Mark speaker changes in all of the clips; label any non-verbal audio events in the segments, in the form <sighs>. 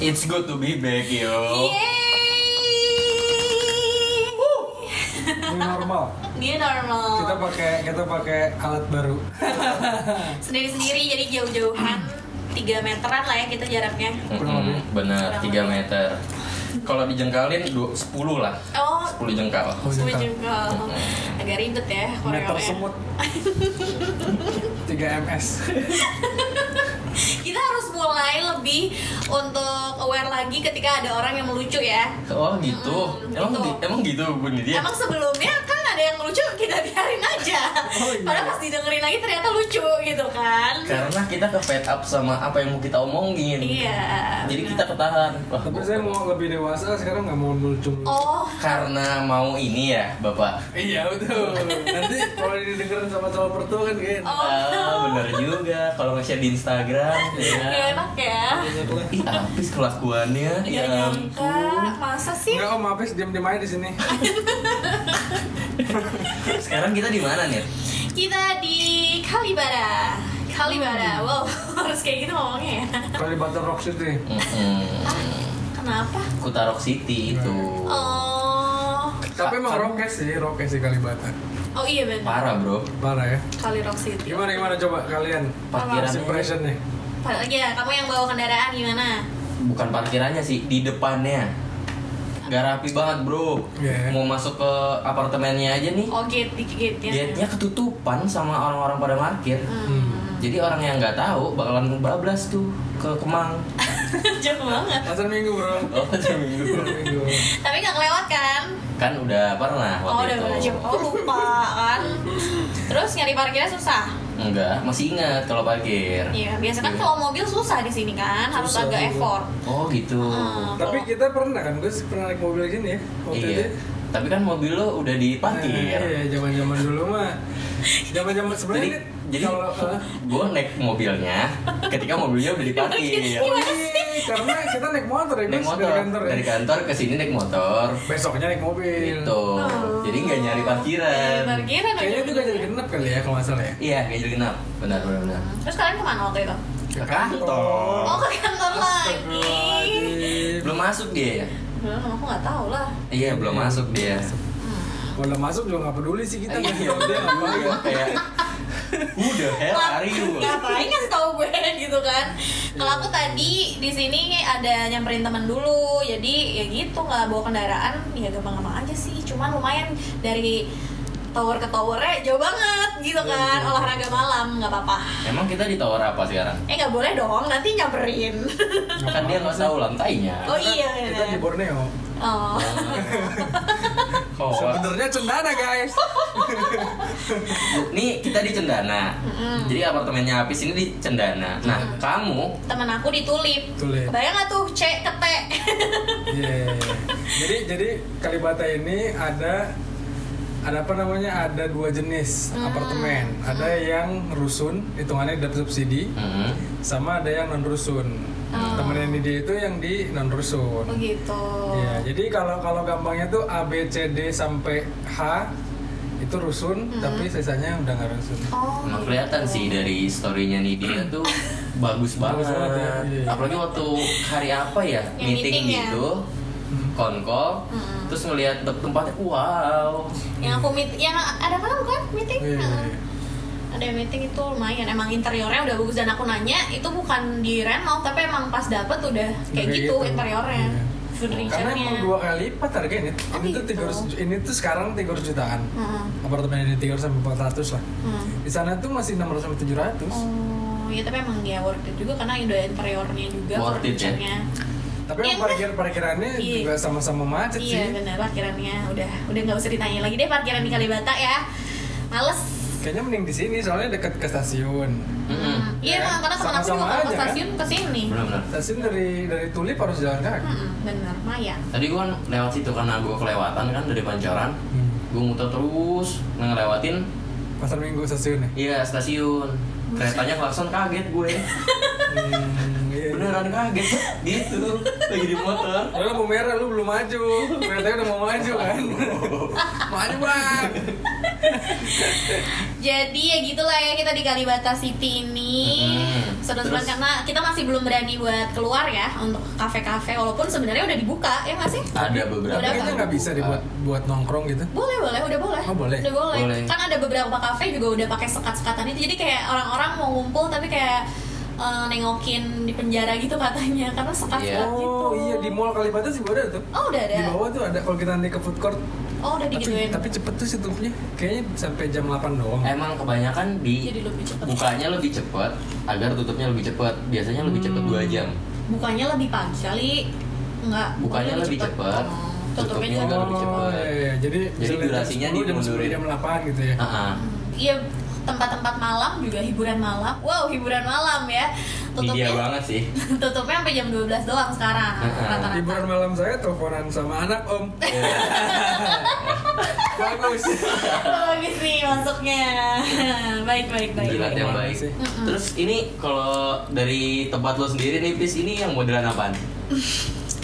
Speaker 1: It's good to be back, yo.
Speaker 2: Iya. Yeay!
Speaker 3: New normal.
Speaker 2: New
Speaker 3: Kita
Speaker 2: normal.
Speaker 3: pakai kita pakai alat baru.
Speaker 2: Sendiri-sendiri jadi jauh-jauhan 3 meteran lah ya kita jaraknya.
Speaker 1: Mm-mm, bener, 3
Speaker 2: Kurang lebih.
Speaker 1: meter. Kalau dijengkalin du- 10 lah.
Speaker 2: Oh,
Speaker 1: 10 jengkal.
Speaker 3: Oh,
Speaker 2: sepuluh
Speaker 3: jengkal.
Speaker 2: jengkal. Agak ribet ya
Speaker 3: Meter
Speaker 2: koreonya. <laughs>
Speaker 3: semut. 3 ms.
Speaker 2: Kita harus mulai lebih untuk aware lagi ketika ada orang yang melucu ya.
Speaker 1: Oh gitu.
Speaker 2: Mm,
Speaker 1: emang
Speaker 2: gitu.
Speaker 1: di- emang gitu bunyi dia.
Speaker 3: Iya.
Speaker 2: Emang sebelumnya kan ada yang lucu kita biarin aja.
Speaker 3: <laughs> Oh, iya.
Speaker 2: Padahal pas didengerin lagi ternyata lucu gitu kan.
Speaker 1: Karena kita ke fed up sama apa yang mau kita omongin.
Speaker 2: Iya.
Speaker 1: Jadi
Speaker 2: benar.
Speaker 1: kita ketahan. Wah,
Speaker 3: Tapi saya mau lebih dewasa sekarang nggak mau melucu.
Speaker 2: Oh,
Speaker 1: karena mau ini ya, Bapak.
Speaker 3: Iya betul. Nanti kalau didengerin sama calon mertua kan kayak
Speaker 2: Oh.
Speaker 1: Ah, bener juga kalau nge-share di
Speaker 2: <laughs>
Speaker 1: Instagram
Speaker 2: gak
Speaker 1: ya.
Speaker 2: enak ya.
Speaker 3: banyak lah.
Speaker 1: Ih, habis kelakuannya.
Speaker 2: Gak
Speaker 1: Ya
Speaker 2: nyangka,
Speaker 1: ampun.
Speaker 2: Iya, masa sih?
Speaker 3: Iya. Enggak om habis diam-diam aja di sini.
Speaker 1: Sekarang kita di mana nih?
Speaker 2: Kita di Kalibara. Kalibara, wow <laughs> harus kayak gitu ngomongnya ya.
Speaker 3: Kalau di Butter Rock City.
Speaker 2: Ah, Kenapa?
Speaker 1: Kutarok City itu.
Speaker 2: Oh,
Speaker 3: Tapi emang rokes sih, rokes sih Kalibata.
Speaker 2: oh iya benar.
Speaker 1: Parah, Bro.
Speaker 3: Parah ya.
Speaker 2: Kali Rock City.
Speaker 3: Gimana gimana coba kalian?
Speaker 1: Parkiran
Speaker 3: First impression nih.
Speaker 2: Padahal ya, kamu yang bawa kendaraan gimana?
Speaker 1: bukan parkirannya sih, di depannya. Gak rapi banget, Bro.
Speaker 3: Iya.
Speaker 1: Mau masuk ke apartemennya aja nih.
Speaker 2: Oh gate di gate ya.
Speaker 1: Gate-nya ketutupan sama orang-orang pada parkir.
Speaker 2: Hmm.
Speaker 1: Jadi orang yang nggak tahu bakalan bablas tuh ke Kemang.
Speaker 3: Hmm.
Speaker 2: <laughs> Jauh banget.
Speaker 3: Pasar Minggu, Bro.
Speaker 1: Oh, tiap minggu.
Speaker 3: Pasar
Speaker 2: <laughs>
Speaker 3: Minggu.
Speaker 2: Tapi nggak kelewat kan?
Speaker 1: Kan udah pernah
Speaker 2: Oh
Speaker 1: waktu
Speaker 2: udah
Speaker 1: itu.
Speaker 2: pernah jauh. Oh lupa kan. Terus nyari parkirnya susah.
Speaker 1: Enggak, masih ingat kalau parkir.
Speaker 2: Iya, biasa
Speaker 1: Iya.
Speaker 2: kan kalau mobil susah di sini kan, harus
Speaker 3: Susah,
Speaker 2: agak
Speaker 3: iya.
Speaker 2: effort.
Speaker 1: Oh, gitu.
Speaker 2: Hmm.
Speaker 3: Tapi kita pernah kan, gue sih pernah naik mobil gini ya. Waktu
Speaker 1: Iya.
Speaker 3: itu.
Speaker 1: Tapi kan mobil lo udah
Speaker 3: Iya,
Speaker 1: diparkir.
Speaker 3: zaman-zaman dulu mah. Zaman-zaman
Speaker 1: Jadi
Speaker 3: sebenarnya ini
Speaker 1: <laughs> jadi
Speaker 3: kalau eh,
Speaker 1: gue naik mobilnya ketika mobilnya udah diparkir.
Speaker 3: Wih, karena kita naik motor ya,
Speaker 1: naik
Speaker 3: guys,
Speaker 1: motor
Speaker 3: iya. dari kantor ya.
Speaker 1: dari kantor ke sini naik motor
Speaker 3: Besoknya naik mobil.
Speaker 1: gitu jadi nggak nyari parkiran
Speaker 2: Nyari Oh. Iya, parkiran.
Speaker 3: Kayaknya itu gak jadi genep kali ya kalau nggak salah ya.
Speaker 1: iya nggak jadi genap benar benar benar
Speaker 2: Terus kalian kemana waktu itu?
Speaker 1: ke kantor
Speaker 2: Oh ke kantor lagi.
Speaker 3: Astagfirullahaladzim.
Speaker 1: belum masuk dia ya
Speaker 2: Belum, aku nggak tahu lah.
Speaker 1: iya belum masuk dia
Speaker 3: Kalau udah masuk juga nggak peduli sih kita.
Speaker 1: iya
Speaker 3: Udah,
Speaker 1: <laughs> udah
Speaker 3: ngapain.
Speaker 1: gue kayak udah hell are you
Speaker 2: Ngapain ngasih tahu gue <laughs> gitu kan? Kalau aku tadi di sini ada nyamperin teman dulu, jadi ya gitu nggak bawa kendaraan, ya gampang-gampang aja sih. Cuman lumayan dari tower ke towernya jauh banget gitu kan. Olahraga malam nggak apa-apa.
Speaker 1: emang kita di tower apa sekarang
Speaker 2: Eh nggak boleh dong, nanti nyamperin.
Speaker 1: kan dia nggak tahu lantainya
Speaker 2: <laughs> Oh iya.
Speaker 3: Kita di Borneo.
Speaker 2: Oh.
Speaker 1: oh
Speaker 3: Sebenarnya cendana guys.
Speaker 1: nih kita di Cendana jadi apartemennya Apis ini di Cendana nah kamu
Speaker 2: Temen aku di Tulip.
Speaker 3: Tulip.
Speaker 2: Kebayang nggak tuh C ke T. <laughs>
Speaker 3: Iya. Jadi jadi Kalibata ini ada ada apa namanya? Ada dua jenis
Speaker 2: Hmm.
Speaker 3: apartemen. Ada yang rusun, hitungannya dapat subsidi,
Speaker 2: Hmm.
Speaker 1: Mhm.
Speaker 3: sama ada yang non rusun. Temen yang di dia itu yang di non rusun.
Speaker 2: Oh gitu.
Speaker 3: Iya, jadi kalau kalau gampangnya tuh A B C D sampai H itu rusun, tapi sisanya udah nggak rusun.
Speaker 2: Hmm. Oh.
Speaker 1: Emang kelihatan sih dari storynya Nidia tuh bagus banget.
Speaker 3: Bagus banget ya, iya.
Speaker 1: Apalagi waktu hari apa ya
Speaker 2: Yang
Speaker 1: meeting
Speaker 2: meeting ya.
Speaker 1: gitu, konkol, terus ngelihat tem- tempatnya wow.
Speaker 2: Yang aku meet, yang ada kan bukan meeting?
Speaker 3: Iya, iya, iya.
Speaker 2: Ada meeting itu lumayan. Emang interiornya udah bagus dan aku nanya itu bukan di renov tapi emang pas dapet udah kayak
Speaker 3: Udah
Speaker 2: gitu,
Speaker 3: gitu.
Speaker 2: interiornya,
Speaker 3: Iya. Karena emang
Speaker 2: furniture-nya.
Speaker 3: dua kali lipat harganya. Ini,
Speaker 2: Oh,
Speaker 3: ini tuh
Speaker 2: gitu.
Speaker 3: 300 ini tuh sekarang 300 jutaan.
Speaker 2: Heeh.
Speaker 3: Apartemen ini 300 sampai 400 lah.
Speaker 2: Heeh.
Speaker 3: Di sana tuh masih 600 sampai 700.
Speaker 2: Oh, ya tapi emang dia worth it juga karena udah interiornya juga
Speaker 1: Worth it ya?
Speaker 2: furniture-nya.
Speaker 3: Tapi
Speaker 2: Iya,
Speaker 3: yang parkir-parkirannya
Speaker 2: Iya.
Speaker 3: juga sama-sama macet
Speaker 2: Iya
Speaker 3: sih.
Speaker 2: benar parkirannya udah udah nggak usah ditanya lagi deh parkiran di Kalibata ya. Males.
Speaker 3: Kayaknya mending di sini soalnya dekat ke stasiun.
Speaker 1: Mm-mm.
Speaker 2: Iya,
Speaker 3: Ya,
Speaker 2: emang karena teman aku juga
Speaker 3: sama-sama
Speaker 2: kalau ke
Speaker 3: aja, kan?
Speaker 2: stasiun ke sini.
Speaker 1: Benar-benar.
Speaker 3: Stasiun dari dari Tulip harus jalan kaki.
Speaker 2: Mm-mm, Bener, Maya.
Speaker 1: Tadi gua kan lewat situ karena gua kelewatan kan dari Pancoran.
Speaker 3: Hmm.
Speaker 1: Gua muter terus ngelewatin
Speaker 3: Pasar Minggu stasiunnya.
Speaker 1: iya stasiun. Keretanya klakson kaget gue.
Speaker 3: Hmm, iya.
Speaker 1: Beneran kaget gitu. Lagi di motor.
Speaker 3: Udah lampu merah lu belum maju. Ternyata udah mau maju
Speaker 2: <laughs>
Speaker 3: kan. maju bang.
Speaker 2: Jadi ya gitulah ya kita di Kalibata City ini.
Speaker 1: Mm-mm.
Speaker 2: Seru-seruan
Speaker 3: Mm-hmm.
Speaker 1: Terus-
Speaker 2: karena kita masih belum berani buat keluar ya untuk ke kafe-kafe walaupun sebenarnya udah dibuka ya nggak sih?
Speaker 1: Ada beberapa.
Speaker 2: Udah
Speaker 3: Kayaknya
Speaker 2: apa?
Speaker 3: nggak bisa dibuat buat nongkrong gitu.
Speaker 2: Boleh boleh udah boleh.
Speaker 3: Oh, boleh.
Speaker 2: Udah boleh.
Speaker 1: Boleh.
Speaker 2: Kan ada beberapa kafe juga udah pakai sekat-sekatan itu jadi kayak orang-orang mau ngumpul tapi kayak eh, nengokin di penjara gitu katanya karena
Speaker 1: Iya.
Speaker 2: sekat-sekat gitu.
Speaker 3: Oh iya di mall Kalibata sih gua ada tuh.
Speaker 2: Oh udah ada.
Speaker 3: Di bawah tuh ada kalau kita nanti ke food court.
Speaker 2: Oh udah
Speaker 3: Tapi,
Speaker 2: digituin.
Speaker 3: tapi cepet tuh sih tutupnya. Kayaknya sampai jam 8 doang.
Speaker 1: Emang kebanyakan di
Speaker 2: Jadi lebih cepet.
Speaker 1: bukanya lebih cepat agar tutupnya lebih cepat. Biasanya lebih cepat dua
Speaker 2: Hmm.
Speaker 1: jam.
Speaker 2: Bukannya lebih pagi kali. Enggak.
Speaker 1: Bukannya lebih cepet,
Speaker 2: Oh, tutupnya
Speaker 1: tutupnya
Speaker 2: juga
Speaker 1: juga lebih cepet.
Speaker 3: iya, iya. Jadi,
Speaker 1: Jadi
Speaker 3: misalnya jam
Speaker 1: durasinya
Speaker 3: 10, jam 10,
Speaker 1: dimundurin.
Speaker 3: jam 8 gitu ya.
Speaker 1: Ah, ah.
Speaker 2: Iya tempat-tempat malam juga hiburan malam. Wow, hiburan malam ya.
Speaker 1: Ini dia
Speaker 2: Tutupnya
Speaker 1: banget sih.
Speaker 2: <laughs> tutupnya sampai jam 12 doang sekarang
Speaker 1: Heeh.
Speaker 2: rata-rata.
Speaker 3: Hiburan malam saya teleponan sama anak
Speaker 1: <laughs>
Speaker 3: om.
Speaker 1: Iya.
Speaker 3: Bagus.
Speaker 2: <laughs> Bagus nih masuknya. <laughs> baik baik baik.
Speaker 1: Jilat yang baik.
Speaker 3: Sih.
Speaker 2: Mm-mm.
Speaker 1: Terus ini kalau dari tempat lo sendiri nih, Pis, ini yang modelan apaan?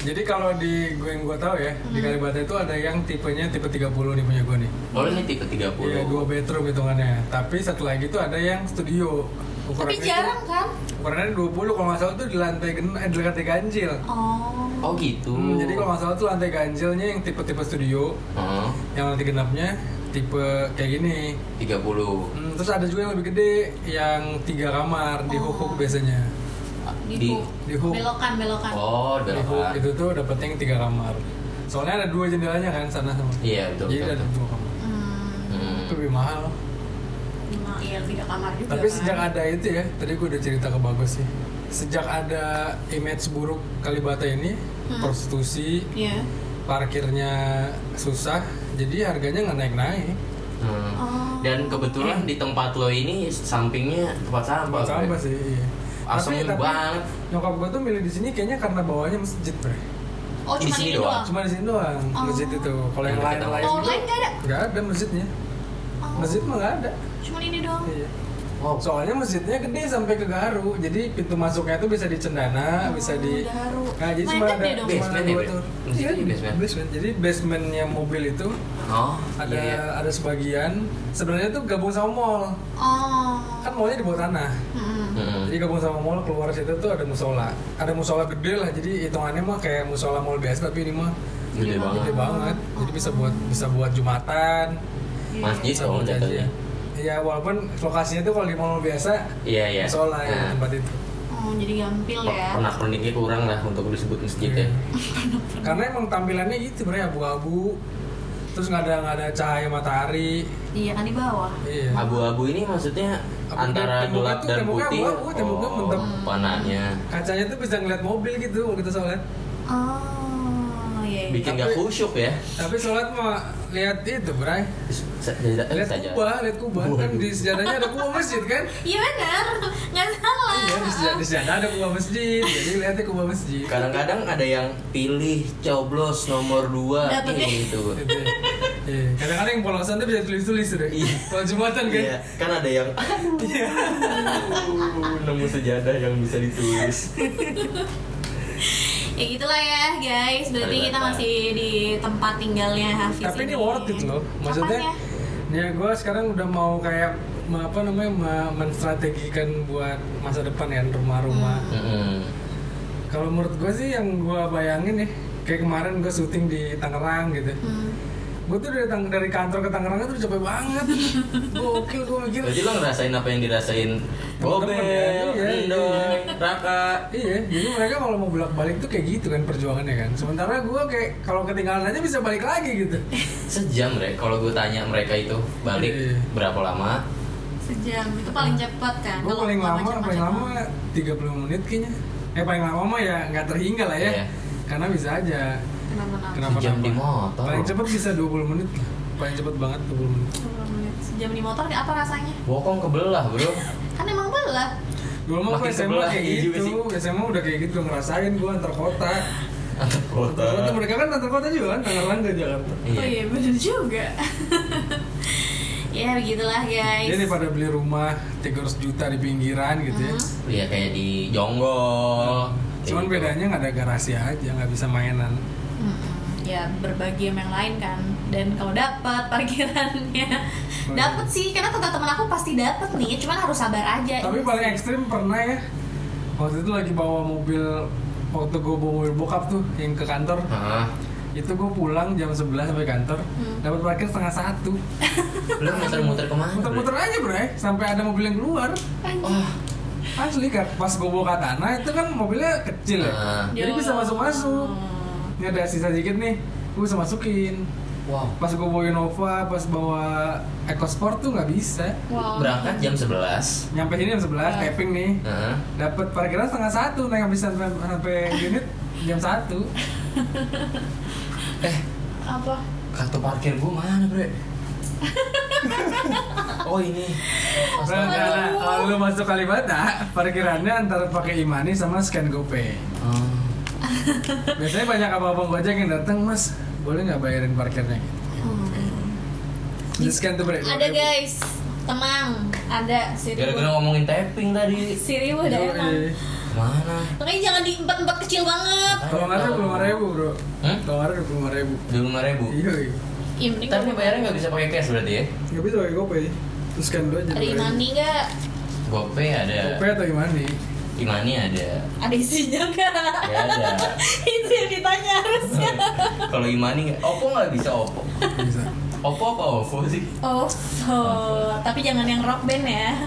Speaker 3: Jadi kalau di gue yang gue tahu ya, di
Speaker 1: Hmm.
Speaker 3: Kalibata itu ada yang tipenya tipe 30 nih punya gue nih.
Speaker 1: Oh, ini tipe 30.
Speaker 3: Iya, dua bedroom hitungannya. Tapi satu lagi tuh ada yang studio.
Speaker 2: Tapi
Speaker 3: Ukurannya
Speaker 2: jarang kan?
Speaker 3: Itu, ukurannya 20 kalau nggak salah tuh di lantai gen eh, di lantai ganjil.
Speaker 2: Oh.
Speaker 1: Oh, gitu.
Speaker 3: Hmm, jadi kalau nggak salah tuh lantai ganjilnya yang tipe-tipe studio,
Speaker 1: Heeh,
Speaker 3: yang lantai genapnya tipe kayak gini.
Speaker 1: 30.
Speaker 3: Hmm, terus ada juga yang lebih gede, yang tiga kamar di
Speaker 2: Oh.
Speaker 3: hukuk biasanya.
Speaker 1: Di-
Speaker 2: Di,
Speaker 3: di hook.
Speaker 2: belokan belokan.
Speaker 1: Oh,
Speaker 3: Di hukuk
Speaker 1: berapa?
Speaker 3: itu tuh dapetnya yang tiga kamar. Soalnya ada dua jendelanya kan sana sama.
Speaker 1: Iya, betul,
Speaker 3: Jadi
Speaker 1: betul,
Speaker 3: ada
Speaker 1: betul.
Speaker 3: dua kamar.
Speaker 2: Hmm.
Speaker 1: Hmm.
Speaker 3: Itu lebih mahal.
Speaker 2: lima, Iya, tiga kamar juga.
Speaker 3: Tapi sejak
Speaker 2: kan?
Speaker 3: ada itu ya, tadi gue udah cerita ke Bagus sih. Sejak ada image buruk Kalibata ini,
Speaker 2: Hmm.
Speaker 3: prostitusi,
Speaker 2: Iya.
Speaker 3: parkirnya susah, jadi harganya nggak naik-naik.
Speaker 1: Hmm.
Speaker 2: Oh.
Speaker 1: Dan kebetulan di tempat lo ini sampingnya tempat sampah.
Speaker 3: Tempat sampah sih. Iya.
Speaker 1: Asem banget.
Speaker 3: Nyokap gue tuh milih di sini kayaknya karena bawahnya masjid, bre.
Speaker 2: Oh,
Speaker 1: Di
Speaker 2: cuma
Speaker 1: sini
Speaker 2: ini
Speaker 1: doang.
Speaker 2: doang.
Speaker 3: Cuma di sini doang
Speaker 2: Oh.
Speaker 3: masjid itu. Kalau yang
Speaker 1: Yang dekat
Speaker 3: lain-lain
Speaker 2: Mall
Speaker 3: tuh
Speaker 2: lain nggak ada?
Speaker 3: nggak ada masjidnya.
Speaker 2: Oh.
Speaker 3: Masjid mah nggak ada.
Speaker 2: Cuma ini doang.
Speaker 3: Iya.
Speaker 1: Wow.
Speaker 3: Soalnya masjidnya gede sampai ke Garu, jadi pintu masuknya tuh bisa di Cendana,
Speaker 2: Oh,
Speaker 3: bisa di
Speaker 2: Garu.
Speaker 3: Nah, jadi
Speaker 2: Main
Speaker 3: cuma
Speaker 2: gede
Speaker 3: ada
Speaker 2: dong.
Speaker 3: cuma
Speaker 1: Basement
Speaker 3: ada
Speaker 1: ya,
Speaker 3: dua
Speaker 1: Bre?
Speaker 3: tur.
Speaker 1: Masjidnya
Speaker 3: Iya,
Speaker 1: basement.
Speaker 3: basement. Jadi basementnya mobil itu
Speaker 1: Oh,
Speaker 3: ada
Speaker 1: iya, iya.
Speaker 3: ada sebagian. Sebenarnya tuh gabung sama mall.
Speaker 2: Oh.
Speaker 3: Kan mallnya di bawah tanah.
Speaker 2: Hmm.
Speaker 1: Hmm.
Speaker 3: Jadi gabung sama mall keluar situ tuh ada musola. Ada musola gede lah. Jadi hitungannya mah kayak musola mall biasa tapi ini mah
Speaker 1: Gede banget.
Speaker 3: gede banget. Jadi bisa buat bisa buat jumatan.
Speaker 1: Iya. Masjid
Speaker 3: bisa
Speaker 1: dong
Speaker 3: buat
Speaker 1: oh, jatuhnya.
Speaker 3: jajan. Iya, walaupun lokasinya tuh kalau di mall biasa
Speaker 1: Iya, iya.
Speaker 3: musola ya,
Speaker 1: Nah,
Speaker 3: tempat itu.
Speaker 2: Oh, jadi gampil ya.
Speaker 1: pernah perniknya kurang lah untuk disebut masjid ya.
Speaker 3: Iya. Karena emang tampilannya gitu bre abu-abu. Terus nggak ada nggak ada cahaya matahari.
Speaker 2: Iya kan di bawah.
Speaker 3: Iya.
Speaker 1: Abu-abu ini maksudnya
Speaker 3: Abu-
Speaker 1: antara
Speaker 3: temboknya
Speaker 1: gelap
Speaker 3: tuh-
Speaker 1: dan
Speaker 3: temboknya
Speaker 1: putih.
Speaker 3: abu-abu, temboknya
Speaker 1: Oh,
Speaker 3: mentep.
Speaker 1: panahnya.
Speaker 3: Kacanya tuh bisa ngeliat mobil gitu kalau kita sholat.
Speaker 2: Oh, iya. iya.
Speaker 1: Bikin nggak
Speaker 3: Tapi-
Speaker 1: khusyuk ya.
Speaker 3: Tapi sholat mah lihat itu bre.
Speaker 1: Saja
Speaker 3: Lihat kubah, lihat kubah. Kan di sejarahnya ada kubah masjid kan?
Speaker 2: Iya benar, nggak salah.
Speaker 3: Iya, di sejarah, di sejarah ada kubah masjid. Jadi lihatnya kubah masjid. Iya.
Speaker 1: Kadang-kadang ada yang pilih coblos nomor 2
Speaker 2: Dapetnya.
Speaker 3: <laughs>
Speaker 1: gitu.
Speaker 3: Gitu. Iya. Kadang-kadang yang polosan tuh bisa tulis-tulis deh.
Speaker 1: Iya.
Speaker 3: Kalau jumatan kan.
Speaker 1: Iya, kan ada yang Aduh, <laughs> nemu sejadah yang bisa
Speaker 3: <laughs>
Speaker 1: ditulis.
Speaker 2: Ya gitulah ya guys. Berarti
Speaker 1: Ternyata.
Speaker 2: kita masih di tempat tinggalnya Hafiz.
Speaker 3: Tapi ini worth it loh. Maksudnya
Speaker 2: Apanya?
Speaker 3: ya gue sekarang udah mau kayak me- apa namanya me- menstrategikan buat masa depan kan rumah-rumah.
Speaker 1: Hmm. Mm-mm.
Speaker 3: Kalau menurut gue sih yang gue bayangin nih kayak kemarin gue syuting di Tangerang gitu.
Speaker 2: Hmm.
Speaker 3: Gue tuh dari, Tang- dari kantor ke Tangerang tuh udah capek banget. Gokil gue mikir.
Speaker 1: Berarti lo ngerasain apa yang dirasain Bobel,
Speaker 3: Temen-temen ya, iya, iya.
Speaker 1: Endoy, Raka
Speaker 3: Iya, jadi mereka kalau mau bolak balik tuh kayak gitu kan perjuangannya kan. Sementara gue kayak kalau ketinggalan aja bisa balik lagi gitu.
Speaker 2: Iya,
Speaker 1: Sejam Rek, kalau gue tanya mereka itu balik
Speaker 3: Iya.
Speaker 1: berapa lama
Speaker 2: Sejam itu paling cepat kan.
Speaker 3: Gue
Speaker 2: Kalau
Speaker 3: Nah, paling lama,
Speaker 2: macam-macam
Speaker 3: paling lama ya.
Speaker 2: mah.
Speaker 3: 30 menit kayaknya. Eh paling lama mah ya nggak terhingga lah ya.
Speaker 1: Iya.
Speaker 3: Karena bisa aja.
Speaker 2: Kenapa-napa?
Speaker 3: Kenapa
Speaker 1: Sejam di motor.
Speaker 3: Paling cepat bisa 20 menit lah. Paling cepat banget 20 menit.
Speaker 2: 20 menit. Sejam di motor apa rasanya?
Speaker 1: Bokong kebelah bro
Speaker 2: Kan emang belah.
Speaker 3: Dulu mah
Speaker 1: Makin
Speaker 3: gue SMA
Speaker 1: sebelah,
Speaker 3: kayak
Speaker 1: iya juga
Speaker 3: gitu. SMA udah kayak gitu ngerasain gue antar kota.
Speaker 1: Antar kota
Speaker 3: Antar kota mereka kan antar kota juga kan Tangerang ke Jakarta.
Speaker 2: Oh iya bener juga. <laughs> ya begitulah guys.
Speaker 3: Dia daripada beli rumah 300 juta di pinggiran gitu ya.
Speaker 2: Hmm.
Speaker 1: Iya kayak di Jonggol kayak
Speaker 3: Cuman
Speaker 1: gitu.
Speaker 3: bedanya nggak ada garasi aja, nggak bisa mainan.
Speaker 2: Mm-mm. ya berbagi sama yang lain kan dan kalau dapat parkirannya
Speaker 3: Oh,
Speaker 2: dapat sih karena teman-teman aku pasti dapat nih cuman harus sabar aja
Speaker 3: Tapi paling ekstrim pernah ya waktu itu lagi bawa mobil waktu gue bawa mobil bokap tuh yang ke kantor
Speaker 1: Hah?
Speaker 3: itu gue pulang jam 11 sampai kantor dapat parkir setengah satu
Speaker 1: Lu muter-muter kemana? Oh, Bre?
Speaker 3: muter-muter aja bre sampai ada mobil yang keluar
Speaker 1: Wah,
Speaker 3: Oh, asli kan pas gue bawa ke tanah itu kan mobilnya kecil ya
Speaker 1: Ah.
Speaker 3: jadi bisa masuk-masuk ini ada sisa dikit nih gue bisa masukin
Speaker 1: wow.
Speaker 3: pas gue bawa Innova pas bawa EcoSport tuh nggak bisa
Speaker 2: Wow.
Speaker 1: Berangkat ya. jam 11.
Speaker 3: nyampe sini jam 11 tapping nih
Speaker 1: Heeh.
Speaker 3: dapat parkiran setengah satu naik habis sampai, sampai unit jam satu
Speaker 1: Eh,
Speaker 2: Apa?
Speaker 1: kartu parkir gua mana,
Speaker 2: <laughs>
Speaker 1: Bre? oh, ini.
Speaker 3: Nah,
Speaker 1: Astaga.
Speaker 3: nah, nah, kalau lu masuk Kalibata, parkirannya antara pakai Imani sama scan GoPay.
Speaker 1: Ah.
Speaker 3: Biasanya banyak abang-abang Gojek yang datang, Mas, boleh nggak bayarin parkirnya? Di scan tuh bre.
Speaker 2: Ada guys, tenang, ada si Riwo.
Speaker 1: Gara-gara ngomongin tapping tadi.
Speaker 2: Si Riwo udah emang.
Speaker 3: Yoi.
Speaker 1: Mana?
Speaker 2: Makanya jangan di empat-empat kecil banget.
Speaker 3: Kalau nggak ada puluh ribu bro.
Speaker 1: Hmm?
Speaker 3: Kalau nggak ada dua puluh ribu.
Speaker 1: Dua lima ribu.
Speaker 3: Iya, iya.
Speaker 2: Ya mending
Speaker 1: Tapi bayarnya nggak bisa pakai cash berarti ya?
Speaker 3: Nggak bisa pakai GoPay. Terus scan dulu aja.
Speaker 2: ada
Speaker 3: Bro.
Speaker 2: Imani nggak?
Speaker 1: GoPay ada,
Speaker 3: GoPay atau Imani?
Speaker 1: Imani ada, <laughs>
Speaker 2: Ada isinya nggak?
Speaker 1: Nggak ada.
Speaker 2: <laughs> Itu yang ditanya harusnya.
Speaker 1: Kalau Imani nggak, Oppo nggak bisa Oppo.
Speaker 3: Bisa.
Speaker 1: Oppo apa Oppo sih?
Speaker 2: Oh, oh. tapi jangan yang rock band ya.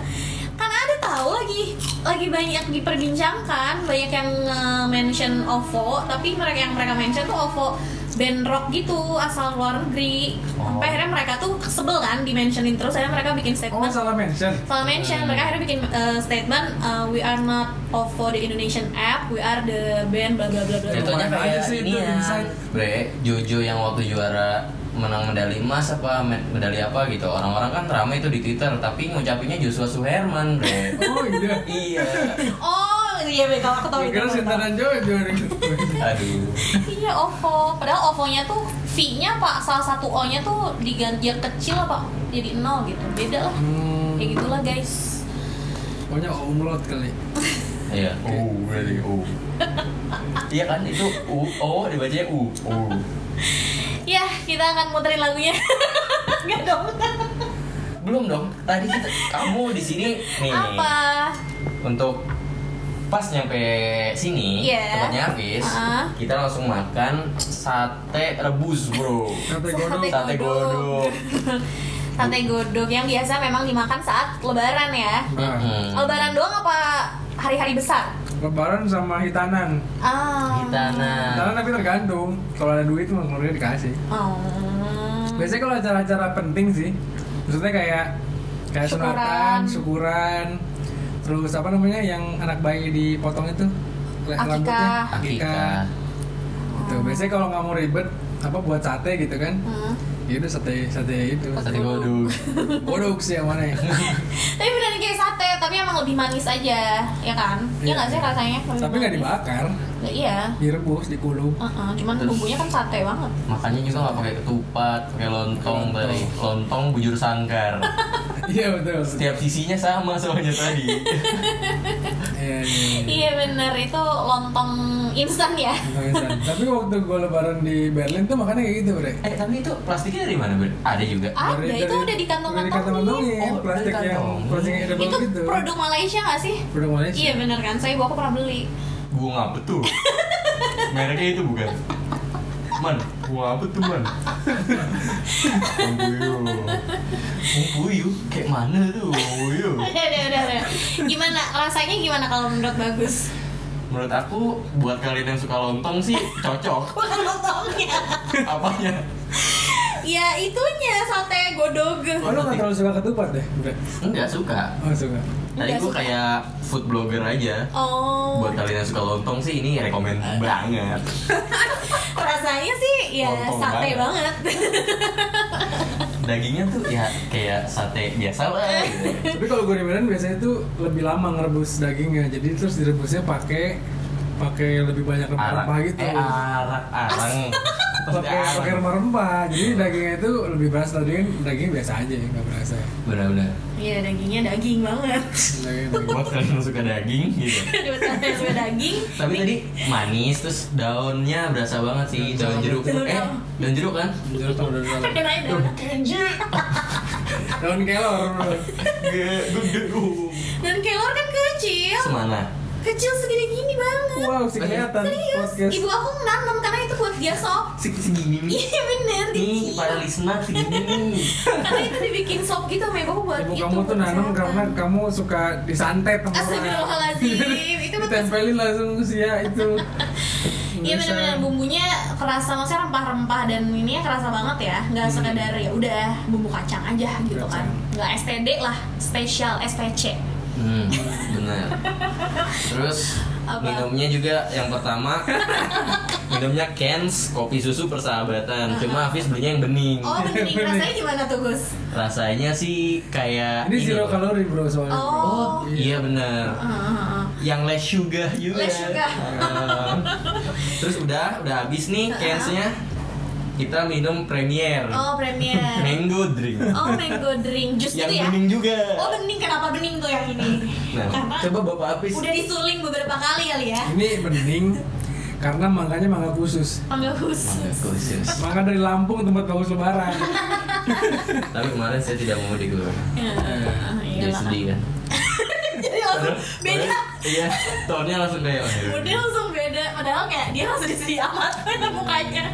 Speaker 2: Karena ada tahu lagi lagi banyak diperbincangkan, banyak yang eh, mention OVO, tapi mereka yang mereka mention tuh OVO band rock gitu asal luar negeri.
Speaker 1: Oh.
Speaker 2: Sampai akhirnya mereka tuh sebel kan dimentionin terus, akhirnya mereka bikin
Speaker 3: Oh,
Speaker 2: statement.
Speaker 3: salah mention.
Speaker 2: Salah mention, mereka akhirnya bikin eh, statement eh, we are not OVO the Indonesian app, we are the band bla bla bla bla.
Speaker 3: Itu-
Speaker 1: Jatuhnya
Speaker 3: Lumayan aja
Speaker 1: kayak
Speaker 3: sih
Speaker 1: ini
Speaker 3: itu
Speaker 1: ya.
Speaker 3: insight.
Speaker 1: Bre, Jojo yang waktu juara menang medali emas apa me- medali apa gitu orang-orang kan ramai itu di Twitter tapi ngucapinnya Joshua Suherman bre
Speaker 3: <laughs> Oh iya.
Speaker 1: iya
Speaker 2: Oh, iya Be, kalau aku tahu
Speaker 3: Gue
Speaker 2: itu. aku
Speaker 3: kira
Speaker 2: tahu.
Speaker 3: Sintaran Jojo
Speaker 2: <laughs>
Speaker 3: nih.
Speaker 1: aduh
Speaker 2: Iya OVO, padahal OVO-nya tuh V-nya pak salah satu O-nya tuh diganti yang kecil apa jadi nol gitu, beda lah.
Speaker 3: Hmm.
Speaker 2: Ya gitulah guys.
Speaker 3: Pokoknya umlot kali.
Speaker 1: iya
Speaker 3: Oh,
Speaker 1: U berarti U iya kan itu U O dibacanya U U
Speaker 3: Oh.
Speaker 2: Ya kita akan muterin lagunya. <laughs> Enggak dong.
Speaker 1: belum dong tadi kita, kamu di sini nih
Speaker 2: Apa?
Speaker 1: untuk pas nyampe sini
Speaker 2: Iya.
Speaker 1: tempatnya habis
Speaker 2: Ah.
Speaker 1: kita langsung makan sate rebus bro
Speaker 3: Sate godok.
Speaker 1: Sate godok.
Speaker 2: <laughs> Sate godok yang biasa memang dimakan saat lebaran ya.
Speaker 3: Nah,
Speaker 1: Mm-mm.
Speaker 2: Lebaran doang apa hari-hari besar?
Speaker 3: lebaran sama hitanan.
Speaker 2: Ah.
Speaker 3: Hitanan
Speaker 1: Hitana.
Speaker 3: tapi tergantung. Kalau ada duit mah keluarga dikasih.
Speaker 2: Oh.
Speaker 3: Biasanya kalau acara-acara penting sih. Maksudnya kayak kayak
Speaker 2: Syukuran.
Speaker 3: sunatan, syukuran. Terus apa namanya yang anak bayi dipotong itu? le-
Speaker 2: Akikah.
Speaker 3: Rambutnya.
Speaker 1: Akikah.
Speaker 3: Gitu. Biasanya kalau nggak mau ribet apa buat sate gitu kan?
Speaker 2: Hmm.
Speaker 3: Ya udah sate sate itu.
Speaker 1: Oh, Sate godok.
Speaker 3: Bodok sih yang mana ya?
Speaker 2: Oh, iya. Tapi beneran kayak sate, tapi emang lebih manis aja, ya kan? Iya nggak sih rasanya? Lebih
Speaker 3: Tapi nggak
Speaker 2: manis.
Speaker 3: dibakar,
Speaker 2: Ya, iya.
Speaker 3: direbus,
Speaker 2: <laughs>
Speaker 3: dikuluk.
Speaker 2: Uh-uh, cuman
Speaker 1: Terus?
Speaker 2: bumbunya kan sate banget.
Speaker 1: Makannya juga nggak pakai ketupat, pakai lontong tadi. Lontong bujur sangkar.
Speaker 3: Iya betul.
Speaker 1: Setiap sisinya sama soalnya tadi.
Speaker 3: Iya, iya, iya.
Speaker 2: Iya bener itu lontong instan ya.
Speaker 3: Tangisan. Tapi waktu gue lebaran di Berlin tuh makannya kayak gitu, Bre.
Speaker 1: eh tapi itu plastiknya dari mana Bun? Ada juga.
Speaker 2: Ada
Speaker 3: Iya, Dari-
Speaker 2: Ah, nah, itu udah di
Speaker 3: dari-
Speaker 2: gitu.
Speaker 3: dari kantong-kantongin,
Speaker 2: kantong-kantongin.
Speaker 1: Oh, dari
Speaker 3: plastik yang
Speaker 1: kantongin.
Speaker 3: plastik yang edible
Speaker 2: Itu
Speaker 3: gitu.
Speaker 2: produk Malaysia nggak sih?
Speaker 3: produk Malaysia.
Speaker 2: Iya bener kan, saya bawa aku pernah beli. <laughs>
Speaker 1: Gua nggak betul. Mereknya itu bukan. Man, gua nggak betul man. Bumbuyu. Bumbuyu, kayak mana tuh bumbuyu?
Speaker 2: Udah, udah, udah, udah. Gimana rasanya gimana kalau menurut bagus?
Speaker 1: Menurut aku buat kalian yang suka lontong sih cocok.
Speaker 2: <laughs> Bukan lontongnya.
Speaker 1: Apanya?
Speaker 2: ya itunya sate godog.
Speaker 3: Oh, lu nggak terlalu suka ketupat deh, Bre?
Speaker 1: Enggak suka.
Speaker 3: Oh, suka.
Speaker 1: Tadi
Speaker 2: Nggak
Speaker 1: gue
Speaker 2: suka.
Speaker 1: kayak food blogger aja.
Speaker 2: Oh.
Speaker 1: Buat kalian yang suka lontong sih ini rekomen banget.
Speaker 2: Rasanya sih ya
Speaker 1: Lontong
Speaker 2: sate
Speaker 1: banget.
Speaker 2: banget.
Speaker 1: Dagingnya tuh ya kayak sate biasa lah. Gitu.
Speaker 3: Tapi kalau gue di Medan biasanya tuh lebih lama ngerebus dagingnya. Jadi terus direbusnya pakai pakai lebih banyak
Speaker 1: Arak,
Speaker 3: rempah-rempah gitu.
Speaker 1: eh arak, arang. Maksudnya
Speaker 3: Pakai pakai
Speaker 1: arang.
Speaker 3: rempah-rempah. Jadi dagingnya itu lebih berasa daging daging biasa aja, nggak berasa.
Speaker 1: Benar-benar.
Speaker 2: Iya dagingnya daging banget. <laughs>
Speaker 3: Daging daging.
Speaker 1: Buat kalian yang suka daging gitu.
Speaker 2: Dua sate dua daging.
Speaker 1: Tapi tadi manis terus daunnya berasa banget sih daun jeruk.
Speaker 2: Daun
Speaker 1: Eh,
Speaker 2: apa?
Speaker 1: daun jeruk kan?
Speaker 3: Jeruk tuh udah salah.
Speaker 2: Pakai naik daun.
Speaker 3: Daun kelor. Bro.
Speaker 2: <laughs>
Speaker 1: Ge- gedung.
Speaker 2: Dan kelor kan kecil.
Speaker 1: Semana.
Speaker 2: kecil segini gini banget
Speaker 3: Wow, sih kelihatan podcast. Hmm.
Speaker 2: ibu aku nanam karena itu buat dia sop
Speaker 1: Seg- segini nih
Speaker 2: iya bener
Speaker 1: nih
Speaker 2: dikit
Speaker 1: para listener segini nih
Speaker 2: karena itu dibikin sop gitu sama ibu aku buat
Speaker 3: Ibu
Speaker 2: itu
Speaker 3: kamu
Speaker 2: buat
Speaker 3: tuh
Speaker 2: Iya,
Speaker 3: nanam
Speaker 2: kesehatan.
Speaker 3: karena kamu suka disantet sama
Speaker 2: Astagfirullahaladzim, itu betul.
Speaker 3: Ditempelin langsung usia itu.
Speaker 2: Iya benar-benar bumbunya kerasa maksudnya rempah-rempah dan ini kerasa banget ya, nggak
Speaker 3: Hmm.
Speaker 2: sekedar ya udah bumbu kacang aja gitu kan, nggak STD lah, spesial SPC.
Speaker 3: Iya,
Speaker 1: hmm, benar terus
Speaker 2: Apa?
Speaker 1: minumnya juga yang pertama minumnya Ken's kopi susu persahabatan cuma Hafiz belinya yang bening
Speaker 2: Oh bening, rasanya gimana tuh Gus?
Speaker 1: rasanya sih kayak
Speaker 3: Ini zero
Speaker 1: loh.
Speaker 3: kalori bro soalnya. bro.
Speaker 2: Oh.
Speaker 1: oh iya benar
Speaker 2: Heeh, heeh, heeh.
Speaker 1: yang less sugar juga
Speaker 2: Less sugar.
Speaker 1: Nah, <laughs> terus udah udah habis nih cansnya kita minum premier
Speaker 2: Oh premier.
Speaker 1: mango drink
Speaker 2: Oh mango drink, jus
Speaker 1: yang
Speaker 2: gitu ya?
Speaker 1: bening juga
Speaker 2: Oh bening, kenapa bening tuh yang ini?
Speaker 1: nah
Speaker 2: Karena
Speaker 1: coba bapak habis
Speaker 2: udah disuling beberapa kali kali ya,
Speaker 3: Ini bening karena mangganya mangga khusus.
Speaker 2: panggil khusus.
Speaker 1: khusus
Speaker 3: Mangga dari Lampung tempat bagus lebaran.
Speaker 1: tapi kemarin saya tidak mau mudik dulu
Speaker 2: Ya,
Speaker 1: Eh, jadi
Speaker 2: iyalah.
Speaker 1: sedih kan
Speaker 2: <laughs> Jadi langsung beda.
Speaker 1: iya tahunnya langsung kayak oh, iya.
Speaker 2: Udah langsung beda, padahal kayak dia langsung sedih amat <laughs> mukanya.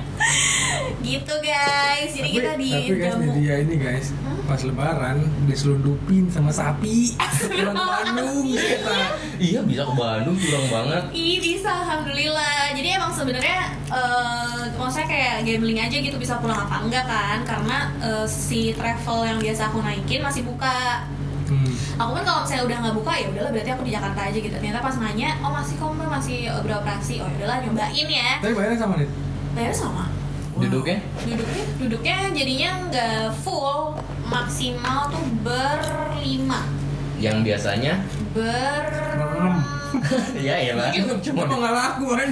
Speaker 2: gitu guys, <laughs> jadi kita di
Speaker 3: tapi guys nih
Speaker 2: jamu.
Speaker 3: dia ini guys pas lebaran diselundupin sama sapi
Speaker 2: Astagfirullah. <laughs>
Speaker 3: orang Bandung kita
Speaker 1: iya bisa ke Bandung curang banget
Speaker 2: Ih bisa, alhamdulillah. Jadi emang sebenarnya eh maksudnya kayak gambling aja gitu bisa pulang apa enggak kan? Karena eh, si travel yang biasa aku naikin masih buka.
Speaker 3: hmm.
Speaker 2: Aku kan kalau misalnya udah nggak buka ya udahlah berarti aku di Jakarta aja gitu. Ternyata pas nanya, oh masih kok Mbak, masih eh, beroperasi. Oh ya udahlah nyobain ya.
Speaker 3: tapi bayarnya sama nih
Speaker 2: Bayarnya sama.
Speaker 1: duduknya
Speaker 2: duduknya duduknya jadinya nggak full maksimal tuh berlima
Speaker 1: yang biasanya <laughs>
Speaker 2: ber
Speaker 3: Berenam.
Speaker 1: ya ya lah
Speaker 3: cuma
Speaker 1: cuma
Speaker 3: nggak laku kan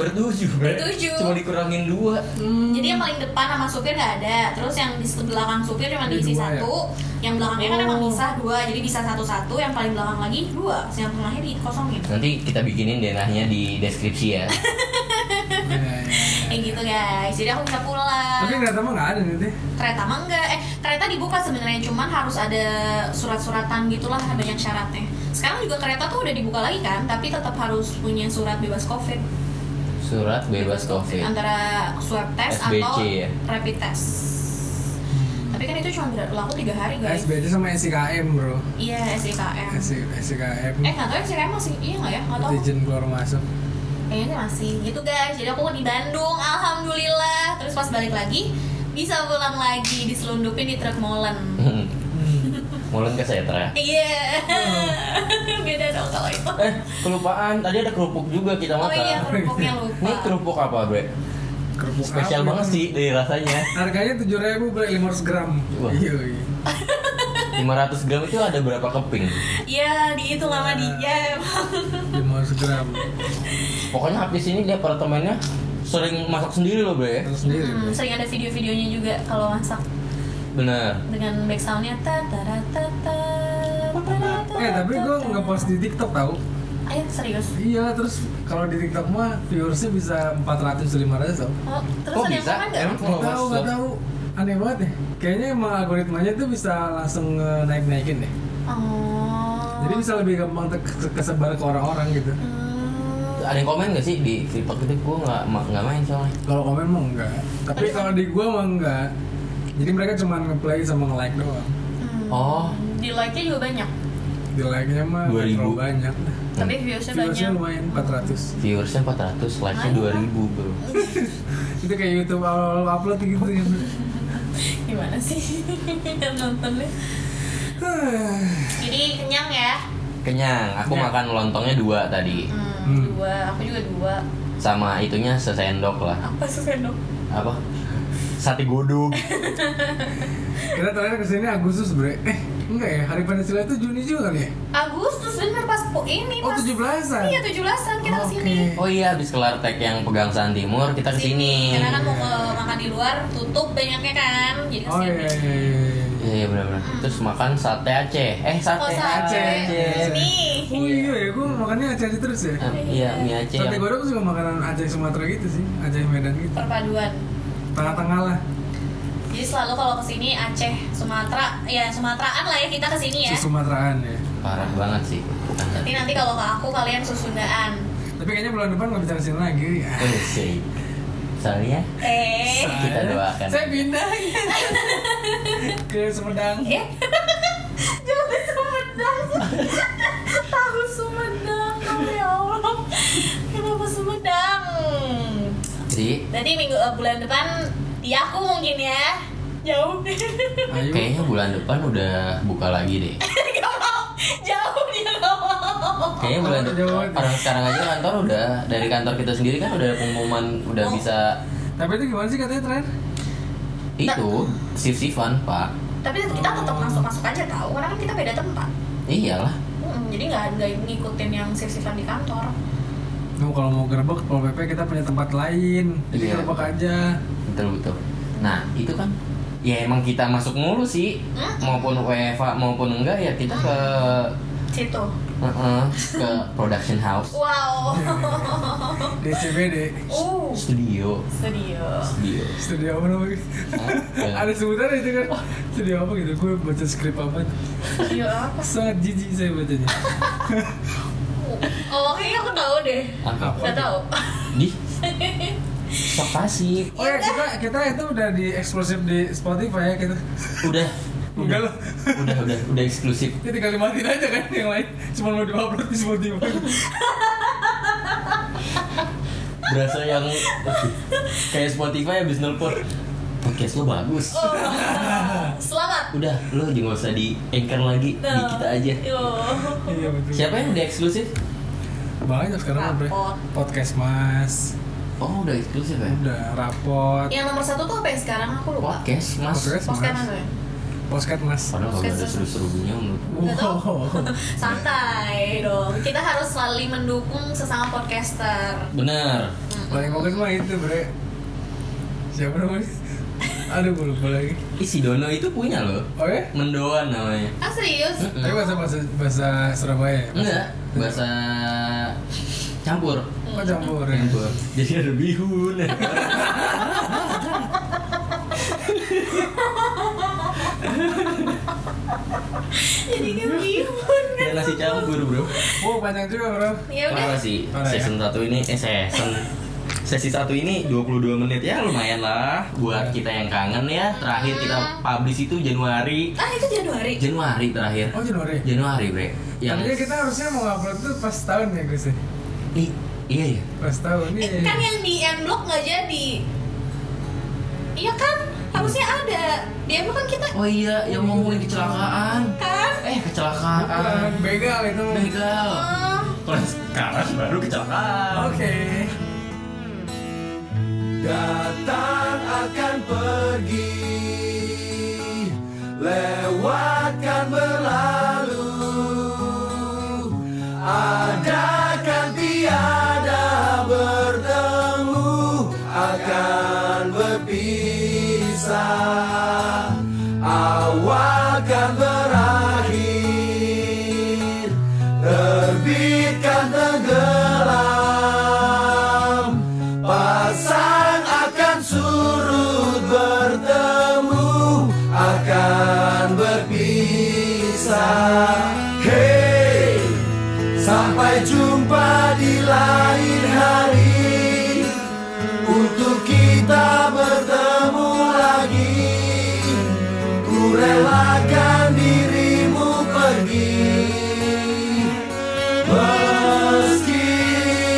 Speaker 1: bertujuh
Speaker 2: Bertujuh.
Speaker 1: cuma dikurangin dua
Speaker 2: <laughs> jadi
Speaker 3: <laughs> Iya,
Speaker 2: yang paling depan sama supir nggak ada terus yang di sebelah belakang supir cuma
Speaker 3: Jadi
Speaker 2: diisi
Speaker 3: dua ya?
Speaker 2: satu yang belakangnya kan
Speaker 3: Oh.
Speaker 2: emang bisa dua jadi bisa satu satu yang paling belakang lagi dua yang tengahnya dikosongin
Speaker 1: Nanti kita bikinin denahnya di deskripsi
Speaker 2: <laughs>
Speaker 1: ya.
Speaker 3: iya,
Speaker 2: kayak gitu guys jadi aku bisa pulang
Speaker 3: tapi nggak tahu nggak ada nih deh
Speaker 2: kereta mah enggak eh kereta dibuka sebenarnya cuman harus ada surat-suratan gitulah banyak syaratnya sekarang juga kereta tuh udah dibuka lagi kan tapi tetap harus punya surat bebas covid
Speaker 1: Surat bebas covid. <laughs>
Speaker 2: antara swab test
Speaker 1: SBC
Speaker 2: atau
Speaker 1: ya?
Speaker 2: rapid test tapi kan itu cuma berlaku tiga hari guys
Speaker 3: SBC sama SIKM bro
Speaker 2: iya SIKM
Speaker 3: SI SIKM
Speaker 2: eh nggak tahu SIKM masih iya nggak ya nggak tahu
Speaker 3: izin keluar masuk
Speaker 2: kayaknya masih gitu guys jadi aku di Bandung alhamdulillah terus pas balik lagi bisa pulang lagi diselundupin di truk molen
Speaker 1: <laughs>
Speaker 2: Hmm.
Speaker 1: Mulan ke setra.
Speaker 2: iya
Speaker 3: Hmm.
Speaker 2: Kan beda dong kalau itu
Speaker 1: Eh, kelupaan. Tadi ada kerupuk juga kita
Speaker 2: oh
Speaker 1: makan.
Speaker 3: kan?
Speaker 2: iya kerupuknya lupa
Speaker 1: Ini kerupuk apa, Bre?
Speaker 3: kerupuk
Speaker 1: Spesial
Speaker 3: apa
Speaker 1: banget
Speaker 3: ini?
Speaker 1: sih dari rasanya.
Speaker 3: harganya tujuh ribu beli lima gram
Speaker 1: Wah.
Speaker 3: iya iya.
Speaker 1: 500 gram itu ada berapa keping?
Speaker 2: Iya, dihitung sama
Speaker 3: Nah,
Speaker 2: dia emang.
Speaker 3: 500 gram
Speaker 1: Pokoknya habis ini dia apartemennya sering masak sendiri loh, Bre.
Speaker 3: terus sendiri
Speaker 2: Hmm, sering ada video-videonya juga kalau masak
Speaker 1: Bener.
Speaker 2: dengan back soundnya ta ta ra, ta ta Hmm.
Speaker 3: eh tapi gue nggak post di TikTok tau
Speaker 2: eh serius
Speaker 3: Iya, terus kalau di TikTok mah viewersnya bisa 400 500 tau.
Speaker 2: oh, terus
Speaker 1: Kok
Speaker 2: ada
Speaker 1: bisa?
Speaker 2: yang komen nggak?
Speaker 1: Emang?
Speaker 3: Gak tahu, gak tahu. Aneh banget deh. Kayaknya emang algoritmanya tuh bisa langsung eh, naik-naikin deh.
Speaker 2: oh
Speaker 3: Jadi bisa lebih gampang te- kesebar ke orang-orang gitu.
Speaker 2: Hmm.
Speaker 1: Ada yang komen gak sih di TikTok itu gue gitu? nggak ma- nggak main soalnya.
Speaker 3: Kalau komen mah enggak. Tapi kalau di gua mah enggak. Jadi mereka cuma nge-play sama nge-like doang.
Speaker 2: Hmm.
Speaker 1: Oh.
Speaker 2: di like nya juga banyak
Speaker 3: Hmm. Di like-nya mah
Speaker 1: 2000.
Speaker 3: terlalu banyak.
Speaker 2: tapi viewsnya
Speaker 3: Viewersnya
Speaker 2: banyak
Speaker 3: lumayan 400.
Speaker 1: Viewersnya 400, likesnya
Speaker 2: Ayo.
Speaker 1: 2000 bro.
Speaker 3: Itu kayak YouTube awal-awal upload gitu ya.
Speaker 2: gimana sih <laughs> yang nontonnya jadi kenyang ya
Speaker 1: Kenyang. Aku
Speaker 2: Nah.
Speaker 3: Kenyang.
Speaker 1: makan lontongnya dua tadi.
Speaker 2: hmm,
Speaker 3: Hmm.
Speaker 2: dua aku juga dua
Speaker 1: sama itunya sesendok lah
Speaker 2: apa sih sendok
Speaker 1: apa sate godog
Speaker 3: <sighs> Kita terakhir kesini Agustus, Bre. Eh, enggak ya? Hari Pancasila itu Juni juga kali ya?
Speaker 2: Agustus bener pas po ini
Speaker 3: Oh,
Speaker 2: pas
Speaker 3: 17-an?
Speaker 2: iya tujuh belasan kita
Speaker 3: Oke.
Speaker 2: kesini
Speaker 1: oh iya habis kelar tag yang pegangsaan timur kita kesini
Speaker 2: karena kan mau ke makan di luar tutup banyaknya kan jadi
Speaker 3: Oh
Speaker 2: kesini
Speaker 3: iya iya iya.
Speaker 1: iya iya benar-benar terus makan sate Aceh eh sate
Speaker 2: Oh, sate.
Speaker 1: Aceh
Speaker 2: Nih.
Speaker 3: Oh iya ya, gue makannya Aceh terus ya.
Speaker 1: Eh, iya mie Aceh
Speaker 3: Sate
Speaker 1: yang-
Speaker 3: goreng suka makanan Aceh Sumatera gitu sih, Aceh Medan gitu.
Speaker 2: perpaduan
Speaker 3: Tengah-tengah lah,
Speaker 2: jadi selalu kalau kesini Aceh Sumatera ya Sumateraan lah ya kita kesini ya
Speaker 3: si Sumateraan ya.
Speaker 1: parah banget sih
Speaker 2: Jadi nanti kalau ke aku kalian susundaan.
Speaker 3: Tapi kayaknya bulan depan nggak bisa kesini lagi. Ah,
Speaker 1: Eh, sih soalnya
Speaker 2: Eh,
Speaker 3: saya-
Speaker 1: Kita doakan.
Speaker 3: Saya pindah ke Sumedang.
Speaker 2: <laughs> eh. Jangan Sumedang. Tahu Sumedang, kamu ya Allah. Kenapa Sumedang?
Speaker 1: jadi
Speaker 2: Nanti minggu eh, bulan depan di aku mungkin ya. Jauh.
Speaker 3: Ayo.
Speaker 1: kayaknya bulan depan udah buka lagi deh
Speaker 2: Gak mau. <laughs> Jauh dia gak mau.
Speaker 1: kayaknya bulan
Speaker 3: Udah
Speaker 1: depan
Speaker 3: Oh, jauh.
Speaker 1: orang sekarang aja kantor udah dari kantor kita sendiri kan udah pengumuman udah
Speaker 2: Oh.
Speaker 1: bisa
Speaker 3: Tapi itu gimana sih katanya terakhir?
Speaker 1: itu shift shiftan pak
Speaker 2: Tapi kita tetap masuk-masuk aja tahu, karena kan kita beda tempat.
Speaker 1: iyalah
Speaker 2: Hmm, jadi nggak nggak ngikutin yang sif-sifan di kantor.
Speaker 3: Nah, kalau mau gerbek, kalau PP kita punya tempat lain. Jadi
Speaker 1: Iya.
Speaker 3: gerbek aja.
Speaker 1: betul betul nah itu kan ya emang kita masuk mulu sih
Speaker 2: Hmm?
Speaker 1: maupun WFA maupun enggak ya kita ke
Speaker 2: Situ.
Speaker 1: Heeh, ke production house
Speaker 2: Wow.
Speaker 3: DCBD.
Speaker 2: <laughs> uh.
Speaker 1: studio
Speaker 2: Studio.
Speaker 1: studio
Speaker 3: Studio apa namanya?
Speaker 1: Hah?
Speaker 3: Ada sebutan itu kan? Studio apa gitu? Gue baca skrip apa?
Speaker 2: Studio apa?
Speaker 3: Sangat jijik saya bacanya.
Speaker 2: <laughs> Oh, kayaknya aku tahu deh.
Speaker 1: apa
Speaker 2: Gak tahu. <laughs>
Speaker 1: di sok kasih
Speaker 3: Oh ya, kita, kita itu udah di eksklusif di Spotify ya kita.
Speaker 1: udah
Speaker 3: Udah loh.
Speaker 1: udah udah udah eksklusif
Speaker 3: Kita tinggal dimatiin aja kan yang lain. Cuma mau diupload di Spotify.
Speaker 1: berasa yang <laughs> kayak Spotify abis nelpon podcast lo bagus
Speaker 2: Oh. Selamat.
Speaker 1: udah lo di nggak usah di anchor lagi di
Speaker 2: Nah.
Speaker 1: kita aja
Speaker 2: Yo.
Speaker 3: iya betul.
Speaker 1: siapa yang udah eksklusif
Speaker 3: Banyak sekarang Bre.
Speaker 2: Rapot.
Speaker 3: Podcast Mas.
Speaker 1: oh udah eksklusif ya
Speaker 3: Udah rapot.
Speaker 2: Yang nomor satu tuh apa yang sekarang aku lupa.
Speaker 1: podcast mas
Speaker 3: Podcast.
Speaker 2: Podcast mana ya?
Speaker 3: Podcast Mas.
Speaker 1: padahal kalau ada seru-serunya menurut gua.
Speaker 2: Nggak tahu. <laughs> Santai dong. Kita harus saling mendukung sesama podcaster.
Speaker 1: bener
Speaker 3: Paling fokus mah itu Bre. Siapa namanya? Aduh gue lupa lagi.
Speaker 1: Ih, si Dono itu punya loh
Speaker 3: Oh ya?
Speaker 1: mendoan namanya
Speaker 2: Ah serius?
Speaker 1: Mm-mm.
Speaker 3: Tapi bahasa bahasa bahasa Surabaya ya?
Speaker 1: enggak bahasa campur
Speaker 3: Kok campur ya?
Speaker 1: campur jadi ada bihun
Speaker 2: Jadi kayak bihun kan,
Speaker 1: ada nasi campur bro
Speaker 3: Oh panjang juga bro.
Speaker 2: Ya udah.
Speaker 1: Parah sih,
Speaker 3: Parah ya?
Speaker 1: season satu ini, eh season Sesi satu ini 22 menit ya lumayan lah
Speaker 3: Iya.
Speaker 1: Buat kita yang kangen ya Terakhir kita
Speaker 2: Iya.
Speaker 1: publish itu Januari
Speaker 2: Ah itu Januari.
Speaker 1: Januari terakhir
Speaker 3: Oh Januari.
Speaker 1: Januari bre Ya.
Speaker 3: Yang
Speaker 1: Yang
Speaker 3: kita harusnya mau upload tuh pas tahun ya Gus ya?
Speaker 1: I- Iya ya
Speaker 3: Pas tahun iya.
Speaker 2: Eh,
Speaker 3: nih.
Speaker 2: kan yang di M-Block nggak jadi. Iya kan? Harusnya ada. Di M-Block kan kita
Speaker 1: Oh iya yang ngomongin kecelakaan
Speaker 2: kan?
Speaker 1: Eh
Speaker 3: Bukan,
Speaker 1: kecelakaan
Speaker 3: Ah, begal itu.
Speaker 1: Begal
Speaker 2: Eh,
Speaker 1: Kalau sekarang baru kecelakaan
Speaker 3: Oke.
Speaker 4: datang akan pergi lewatkan berlalu ada kan tiada bertemu akan berpisah awal kan berakhir terbitkan tenggelam Pasang akan surut bertemu akan berpisah Hey sampai jumpa di lain hari untuk kita bertemu lagi ku relakan dirimu pergi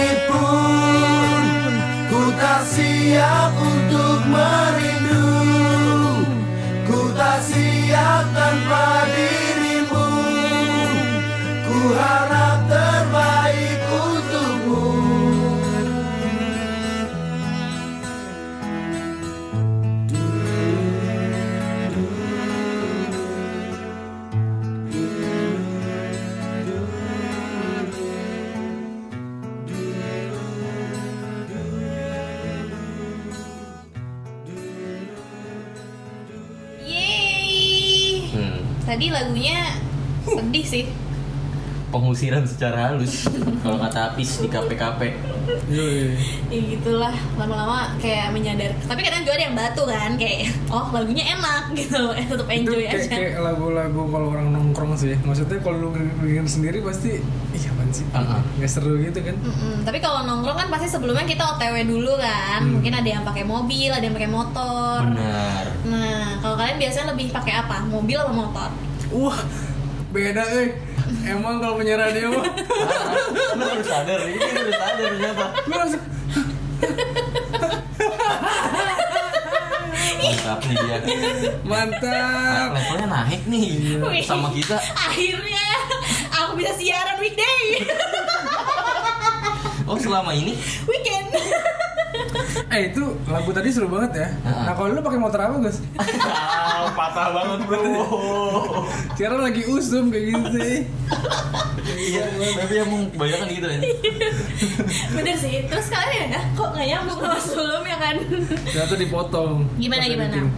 Speaker 4: meskipun ku tak siap untuk merindu ku tak siap tanpa dirimu ku harap terbaik untukmu
Speaker 2: Yeay.
Speaker 1: Hmm. Hmm.
Speaker 2: Tadi lagunya sedih sih.
Speaker 1: pengusiran secara halus kalau kata apis di KPKP
Speaker 3: Yoi.
Speaker 2: ya gitulah lama-lama kayak menyadar tapi kadang juga ada yang batu kan kayak oh lagunya enak <laughs> gitu tetap
Speaker 3: itu
Speaker 2: enjoy
Speaker 3: kayak,
Speaker 2: aja
Speaker 3: kayak lagu-lagu kalau orang nongkrong sih maksudnya kalau lu bikin sendiri pasti iya apaan sih
Speaker 1: Uh-uh.
Speaker 3: nggak seru gitu kan
Speaker 2: Mm-mm. tapi kalau nongkrong kan pasti sebelumnya kita otw dulu kan
Speaker 3: Hmm.
Speaker 2: mungkin ada yang pakai mobil ada yang pakai motor
Speaker 1: benar
Speaker 2: nah kalau kalian biasanya lebih pakai apa mobil apa motor
Speaker 3: wah beda eh emang kalau punya radio mah <laughs>
Speaker 1: lu harus sadar ini harus sadar ternyata
Speaker 3: lu langsung
Speaker 1: mantap nih dia Nah,
Speaker 3: mantap
Speaker 1: levelnya naik
Speaker 3: Eh,
Speaker 1: nih
Speaker 2: <laughs> Wih.
Speaker 1: sama kita
Speaker 2: akhirnya aku bisa siaran
Speaker 3: <laughs>
Speaker 2: weekday
Speaker 1: oh selama ini
Speaker 2: weekend <laughs>
Speaker 3: eh itu lagu tadi seru banget ya
Speaker 1: Uh-uh.
Speaker 3: nah kalau lu pakai motor apa guys
Speaker 1: patah banget bro
Speaker 3: Tiara lagi usum kayak gitu sih
Speaker 1: iya tapi emang kebanyakan gitu ya
Speaker 2: bener sih terus kalian ya "Ah, kok nggak nyambung sama sebelumnya kan
Speaker 3: ternyata dipotong
Speaker 2: gimana
Speaker 3: Pas
Speaker 2: gimana
Speaker 3: editing.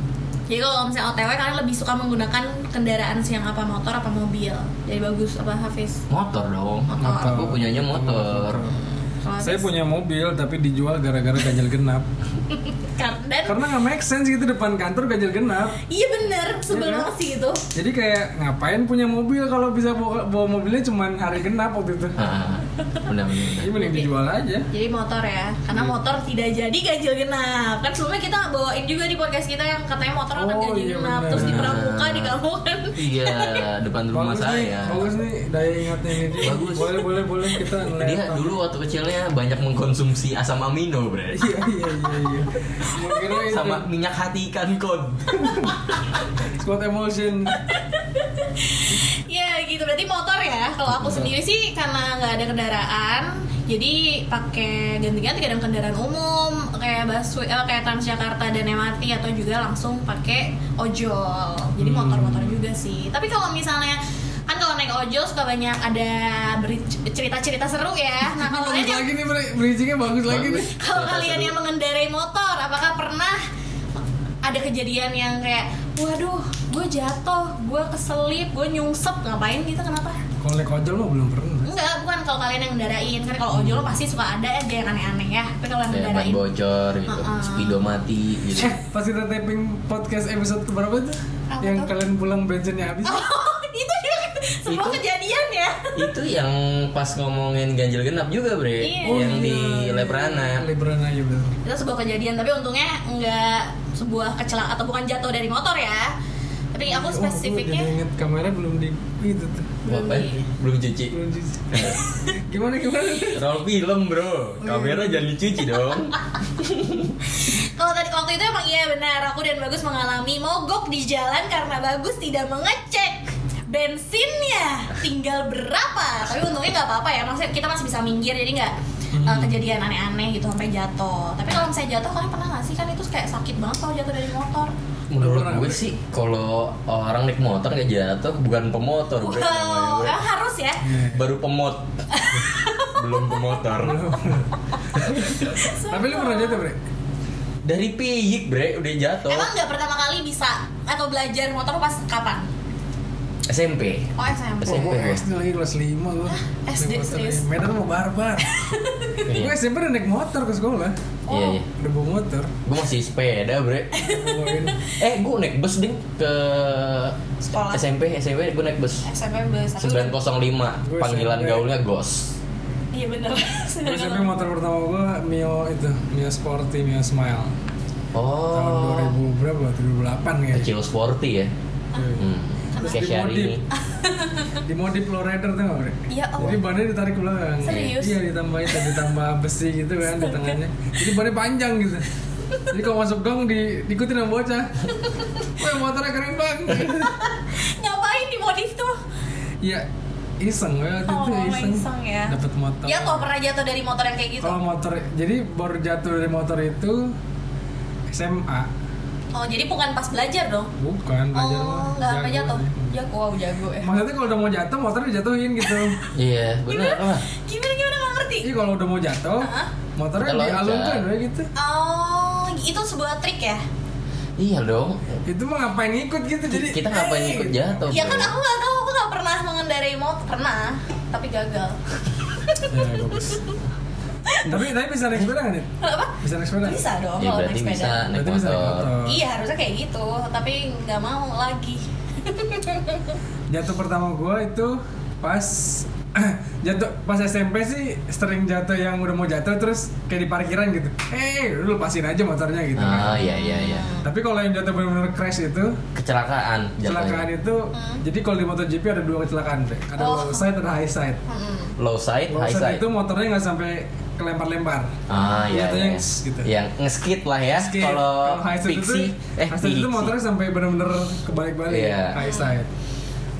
Speaker 2: jadi kalau misalnya otw kalian lebih suka menggunakan kendaraan siang apa motor apa mobil jadi bagus apa Hafiz
Speaker 1: motor dong
Speaker 2: Motor.
Speaker 1: aku punyanya motor
Speaker 2: Kalau
Speaker 3: saya
Speaker 2: Hafiz-
Speaker 3: punya mobil tapi dijual gara-gara ganjil
Speaker 2: <laughs>
Speaker 3: genap
Speaker 2: Kar- dan
Speaker 3: karena nggak make sense gitu depan kantor ganjil genap
Speaker 2: iya bener sebel
Speaker 3: Iya.
Speaker 2: banget sih itu
Speaker 3: Jadi kayak ngapain punya mobil kalau bisa bawa, bawa mobilnya cuman hari genap waktu itu.
Speaker 1: Ah, benar benar
Speaker 3: Jadi mending dijual aja.
Speaker 2: jadi motor ya
Speaker 3: Hmm.
Speaker 2: karena motor tidak jadi ganjil genap kan sebelumnya kita bawain juga di podcast kita yang katanya motor akan
Speaker 3: Oh,
Speaker 2: ganjil
Speaker 3: iya
Speaker 2: genap
Speaker 3: bener.
Speaker 2: terus di pramuka di kampung <laughs> kan
Speaker 1: iya depan rumah
Speaker 3: bagus nih,
Speaker 1: saya
Speaker 3: bagus nih daya ingatnya ini. dia.
Speaker 1: Bagus.
Speaker 3: Boleh boleh boleh kita ngeliat.
Speaker 1: dia
Speaker 3: apa.
Speaker 1: dulu waktu kecilnya banyak mengkonsumsi asam amino bro
Speaker 3: Iya iya iya iya. Mungkin itu
Speaker 1: <laughs> sama minyak hati ikan kod
Speaker 3: squad
Speaker 2: <laughs>
Speaker 3: emulsion.
Speaker 2: ya gitu berarti motor ya kalau aku sendiri sih karena nggak ada kendaraan jadi pakai ganti-ganti kadang kendaraan umum kayak busway eh, kayak Transjakarta dan MRT atau juga langsung pakai ojol jadi
Speaker 3: Hmm.
Speaker 2: motor-motor juga sih tapi kalau misalnya kan kalau naik ojol suka banyak ada beri- cerita-cerita seru ya nah kalau
Speaker 3: Bagus
Speaker 2: ada
Speaker 3: lagi nih beri- bridgingnya bagus lagi nih.
Speaker 1: Bagus.
Speaker 2: Kalau
Speaker 1: Ternyata
Speaker 2: kalian
Speaker 1: seru.
Speaker 2: yang mengendarai motor, apakah pernah ada kejadian yang kayak, waduh, gue jatuh, gue keselip, gue nyungsep, ngapain gitu, kenapa?
Speaker 3: Kalau naik ojol mah belum pernah.
Speaker 2: Enggak, bukan kalau kalian yang ngendarain, kan kalau ojol lo pasti suka ada aja yang aneh-aneh ya, tapi kalau yang
Speaker 1: kayak ban
Speaker 2: ngendarain,
Speaker 1: bocor gitu
Speaker 2: Uh-uh.
Speaker 1: speedo mati gitu
Speaker 3: Eh, pas kita taping podcast episode keberapa tuh?
Speaker 2: Apa
Speaker 3: Yang
Speaker 2: tuh?
Speaker 3: kalian pulang bensinnya habis.
Speaker 2: <laughs> oh itu juga sebuah
Speaker 1: Itu-
Speaker 2: kejadian ya.
Speaker 1: itu yang pas ngomongin ganjil genap juga bre
Speaker 2: Iya.
Speaker 1: yang di
Speaker 3: iya.
Speaker 1: Lebrana
Speaker 3: Lebrana ya benar.
Speaker 2: Itu sebuah kejadian, tapi untungnya enggak sebuah kecelakaan atau bukan jatuh dari motor ya. Tapi aku
Speaker 3: Oh, gua
Speaker 2: spesifiknya
Speaker 3: jadi inget kamera belum di itu tuh.
Speaker 2: Belum
Speaker 1: apa ya?
Speaker 2: di-
Speaker 1: belum cuci
Speaker 3: Belum di. gimana gimana?
Speaker 1: roll film bro kamera jangan dicuci dong
Speaker 2: Iya. Kalau tadi waktu itu emang iya benar, aku dan Bagus mengalami mogok di jalan karena Bagus tidak mengecek bensinnya tinggal berapa. Tapi untungnya nggak apa-apa ya, maksudnya kita masih bisa minggir jadi nggak
Speaker 3: Hmm.
Speaker 2: uh, kejadian aneh-aneh gitu sampai jatuh. Tapi kalau misalnya jatuh, kalian pernah nggak sih kan itu kayak sakit banget kalau jatuh dari motor.
Speaker 1: menurut
Speaker 3: Pernah,
Speaker 1: gue
Speaker 3: Bre.
Speaker 1: sih kalau orang naik motor nggak jatuh bukan pemotor bre namanya,
Speaker 2: Wow,
Speaker 1: Bre.
Speaker 2: emang harus ya.
Speaker 1: baru pemot belum pemotor
Speaker 3: <laughs> Tapi lu pernah jatuh, Bre?
Speaker 1: dari piyik bre udah jatuh
Speaker 2: Emang nggak pertama kali bisa atau belajar motor pas kapan? <laughs>
Speaker 1: SMP
Speaker 2: Oh SMP.
Speaker 1: SMP.
Speaker 3: Gue SD lagi kelas 5 gua.
Speaker 2: SD,
Speaker 3: Naik motor
Speaker 2: serius?
Speaker 3: lagi. Medan mau barbar. Gue
Speaker 1: iya
Speaker 3: SMP udah naik motor ke sekolah.
Speaker 1: iya
Speaker 2: Oh.
Speaker 3: Udah bawa motor.
Speaker 1: gue masih sepeda
Speaker 2: <laughs>
Speaker 1: bre
Speaker 3: Bawain.
Speaker 1: eh gue naik bus ding ke
Speaker 2: Sekolah.
Speaker 1: SMP SMP gue naik bus
Speaker 2: SMP bus. Tapi udah-
Speaker 1: 905
Speaker 3: Gue
Speaker 1: panggilan
Speaker 3: SMP.
Speaker 1: gaulnya gos
Speaker 2: Iya bener.
Speaker 1: <laughs>
Speaker 3: Gue
Speaker 2: <laughs>
Speaker 3: SMP motor pertama gua Mio itu, Mio Sporty, Mio Smile. Tahun
Speaker 1: oh
Speaker 3: 2000 berapa? 2008 kayaknya.
Speaker 1: kecil sporty ya
Speaker 3: Iya.
Speaker 1: hmm.
Speaker 3: Terus
Speaker 1: kayak Syahrini.
Speaker 3: dimodif. Dimodif lowrider tuh nggak, Bre?
Speaker 1: Iya,
Speaker 2: Ya Allah.
Speaker 3: Jadi bannya ditarik ke belakang.
Speaker 2: Serius?
Speaker 3: Iya, ditambahin dan ditambah besi gitu kan di tangannya. Jadi bannya panjang gitu. Jadi kalau masuk gang di diikutin sama bocah. Wah, motornya keren banget.
Speaker 2: Ngapain di modif tuh?
Speaker 3: Iya, iseng banget
Speaker 2: Oh,
Speaker 3: itu iseng.
Speaker 2: iseng ya.
Speaker 3: Dapat motor.
Speaker 2: Ya tuh pernah jatuh dari motor yang kayak gitu.
Speaker 3: Kalau motor, jadi baru jatuh dari motor itu SMA.
Speaker 2: Oh, jadi bukan pas belajar dong.
Speaker 3: Bukan belajar
Speaker 2: Oh,
Speaker 3: mah.
Speaker 2: nggak apa
Speaker 3: Jago
Speaker 2: jatuh.
Speaker 3: aja.
Speaker 2: Jago, wow jago ya.
Speaker 3: Maksudnya kalau udah mau jatuh motornya dijatuhin gitu.
Speaker 1: iya benar lah
Speaker 2: Gimana gimana nggak ngerti?
Speaker 3: Jadi kalau udah mau jatuh,
Speaker 2: Hah?
Speaker 3: motornya
Speaker 1: Kita loncat.
Speaker 3: dialungkan kayak gitu.
Speaker 2: Oh, itu sebuah trik ya?
Speaker 1: iya dong
Speaker 3: Itu mah ngapain ikut gitu jadi
Speaker 1: kita ngapain ikut
Speaker 3: ya?
Speaker 1: jatuh
Speaker 2: Ya
Speaker 1: Bre?
Speaker 2: kan aku nggak tahu, aku nggak pernah mengendarai motor. Pernah. tapi gagal.
Speaker 3: Ya, bagus. <laughs> tapi tapi bisa naik sepeda nggak nih?
Speaker 2: Apa?
Speaker 3: Bisa naik sepeda?
Speaker 2: Bisa dong
Speaker 1: ya
Speaker 2: kalau naik
Speaker 1: berarti bisa
Speaker 2: sepeda.
Speaker 1: naik
Speaker 3: Berarti bisa naik
Speaker 1: motor
Speaker 3: motor.
Speaker 2: Iya harusnya kayak gitu, tapi nggak mau lagi.
Speaker 3: Jatuh pertama gue itu pas <clears throat> jatuh pas SMP sih sering jatuh yang udah mau jatuh terus kayak di parkiran gitu. Eh, lu lepasin aja motornya gitu.
Speaker 1: ah
Speaker 3: kan.
Speaker 1: iya iya iya
Speaker 3: Tapi kalau yang jatuh benar-benar crash itu
Speaker 1: kecelakaan
Speaker 3: Kecelakaan
Speaker 1: jatuhnya
Speaker 3: itu, jadi kalau di MotoGP ada dua kecelakaan, Dek. ada
Speaker 2: Hmm. Oh.
Speaker 3: low side, ada high side.
Speaker 2: Mm-mm.
Speaker 1: low side
Speaker 3: Low
Speaker 1: high
Speaker 3: side
Speaker 1: side
Speaker 3: itu motornya nggak sampai kelempar-lempar.
Speaker 1: ah iya iya
Speaker 3: Jatuhnya yang s- gitu.
Speaker 1: yang ngeskit lah ya
Speaker 3: Skip.
Speaker 1: kalau
Speaker 3: high side
Speaker 1: pixie
Speaker 3: itu,
Speaker 1: eh
Speaker 3: high side itu
Speaker 1: Pixie.
Speaker 3: motornya sampai benar-benar kebalik-balik.
Speaker 1: Iya.
Speaker 3: High side.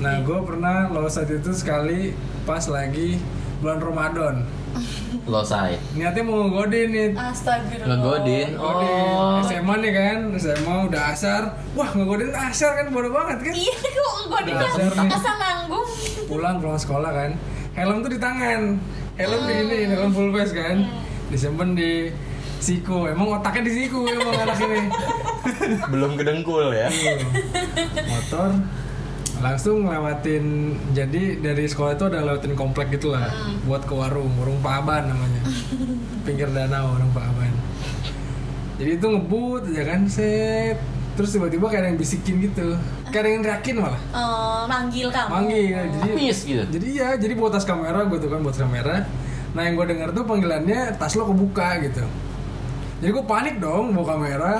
Speaker 3: Nah, gue pernah low side itu sekali pas lagi bulan Ramadan.
Speaker 1: low side
Speaker 3: <laughs> Niatnya mau godin nih.
Speaker 2: Astagfirullah.
Speaker 1: ngegodin oh
Speaker 3: Godin. SMA nih kan, SMA udah asar. Wah, ngegodin asar kan bodoh banget kan.
Speaker 2: Iya kok godinnya
Speaker 3: Dasar nih.
Speaker 2: masa nanggung.
Speaker 3: pulang pulang sekolah kan helm tuh di tangan helm di ini helm full face kan disimpan di siku emang otaknya di siku emang anak ini
Speaker 1: belum kedengkul ya
Speaker 3: Iya. motor langsung ngelewatin jadi dari sekolah itu ada lewatin komplek gitu lah buat ke warung warung Pak Aban namanya pinggir danau warung Pak Aban jadi itu ngebut aja kan set terus tiba-tiba kayak ada yang bisikin gitu kayak ada yang teriakin malah
Speaker 2: Eh, manggil kamu.
Speaker 3: manggil jadi
Speaker 1: miss gitu
Speaker 3: jadi ya, jadi bawa tas kamera gue tuh kan buat kamera. Nah yang gue dengar tuh panggilannya tas lo kebuka gitu. Jadi gue panik dong bawa kamera.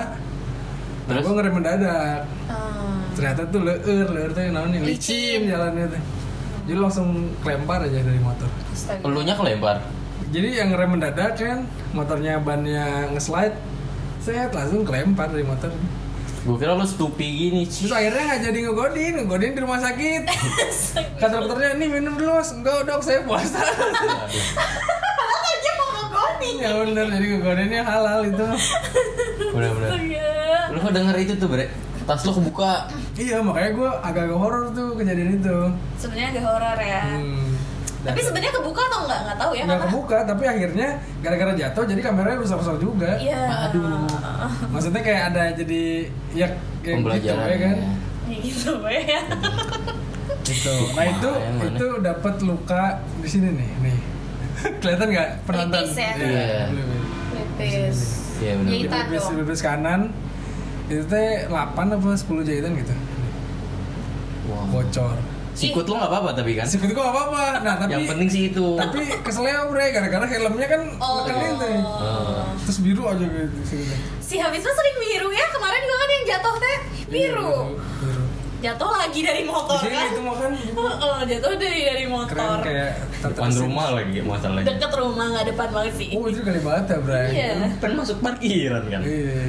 Speaker 3: Nah,
Speaker 1: Terus?
Speaker 3: gue ngerem mendadak.
Speaker 2: Eh,
Speaker 3: Ternyata tuh leur, leur tuh yang namanya
Speaker 2: Licin.
Speaker 3: licin jalannya tuh. Jadi langsung kelempar aja dari motor.
Speaker 2: Astagfirullah.
Speaker 1: elunya kelempar
Speaker 3: Jadi yang ngerem mendadak kan, motornya bannya ngeslide, saya langsung kelempar dari motor.
Speaker 1: gue kira lu stupi gini Ci.
Speaker 3: Terus akhirnya nggak jadi ngegodin, ngegodin di rumah sakit.
Speaker 2: <laughs>
Speaker 3: Kata dokternya, nih minum dulu mas. Enggak dok, saya
Speaker 2: <laughs>
Speaker 3: puasa.
Speaker 2: Padahal dia mau ngegodin.
Speaker 3: Ya bener, jadi kegodaannya halal itu
Speaker 1: bener-bener
Speaker 2: Astaga.
Speaker 1: lu kok denger itu tuh bre tas lu kebuka
Speaker 3: Iya, makanya gue agak-agak horor tuh kejadian itu
Speaker 2: Sebenarnya agak horor ya.
Speaker 3: hmm.
Speaker 2: Tapi sebenarnya kebuka atau enggak? Nggak tahu ya
Speaker 3: Nggak
Speaker 2: karena-
Speaker 3: kebuka, tapi akhirnya gara-gara jatuh jadi kameranya rusak-rusak juga
Speaker 2: Iya.
Speaker 1: Aduh.
Speaker 3: Maksudnya kayak ada jadi, ya kayak gitu
Speaker 1: pembelajaran
Speaker 3: ya kan
Speaker 2: Ya gitu Boy, ya.
Speaker 3: gitu. Nah itu,
Speaker 1: Lumayan, mana.
Speaker 3: itu dapat luka di sini nih, nih <laughs> Kelihatan nggak penonton?
Speaker 2: Pelipis ya.
Speaker 1: Iya.
Speaker 2: Pipis.
Speaker 1: Iya, benar.
Speaker 2: Jahitan
Speaker 3: Pelipis,
Speaker 2: dong.
Speaker 3: pelipis kanan Itu teh 8 apa 10 jahitan gitu
Speaker 1: Wah.
Speaker 3: Bocor
Speaker 1: sikut lu nggak apa-apa tapi Oh. kan
Speaker 3: Sebetulnya gak apa-apa Nah tapi
Speaker 1: yang penting sih itu
Speaker 3: tapi keselnya bre gara-gara helmnya kan
Speaker 2: Oh.
Speaker 3: nekenin tuh terus biru aja gitu sini
Speaker 2: Si Hafiz tuh sering biru ya. Kemarin juga kan yang jatuh teh biru.
Speaker 3: biru
Speaker 2: Jatuh lagi dari
Speaker 3: Iya. di
Speaker 2: motor
Speaker 3: sini
Speaker 2: kan.
Speaker 3: itu makan
Speaker 2: Heeh, jatuh dari dari
Speaker 3: keren
Speaker 2: motor.
Speaker 3: kayak
Speaker 1: depan
Speaker 3: tertesin.
Speaker 1: rumah lagi masalahnya
Speaker 2: Deket rumah nggak depan banget sih.
Speaker 3: oh itu kali banget ya bre
Speaker 2: Iya.
Speaker 1: kan masuk parkiran kan
Speaker 3: Iya.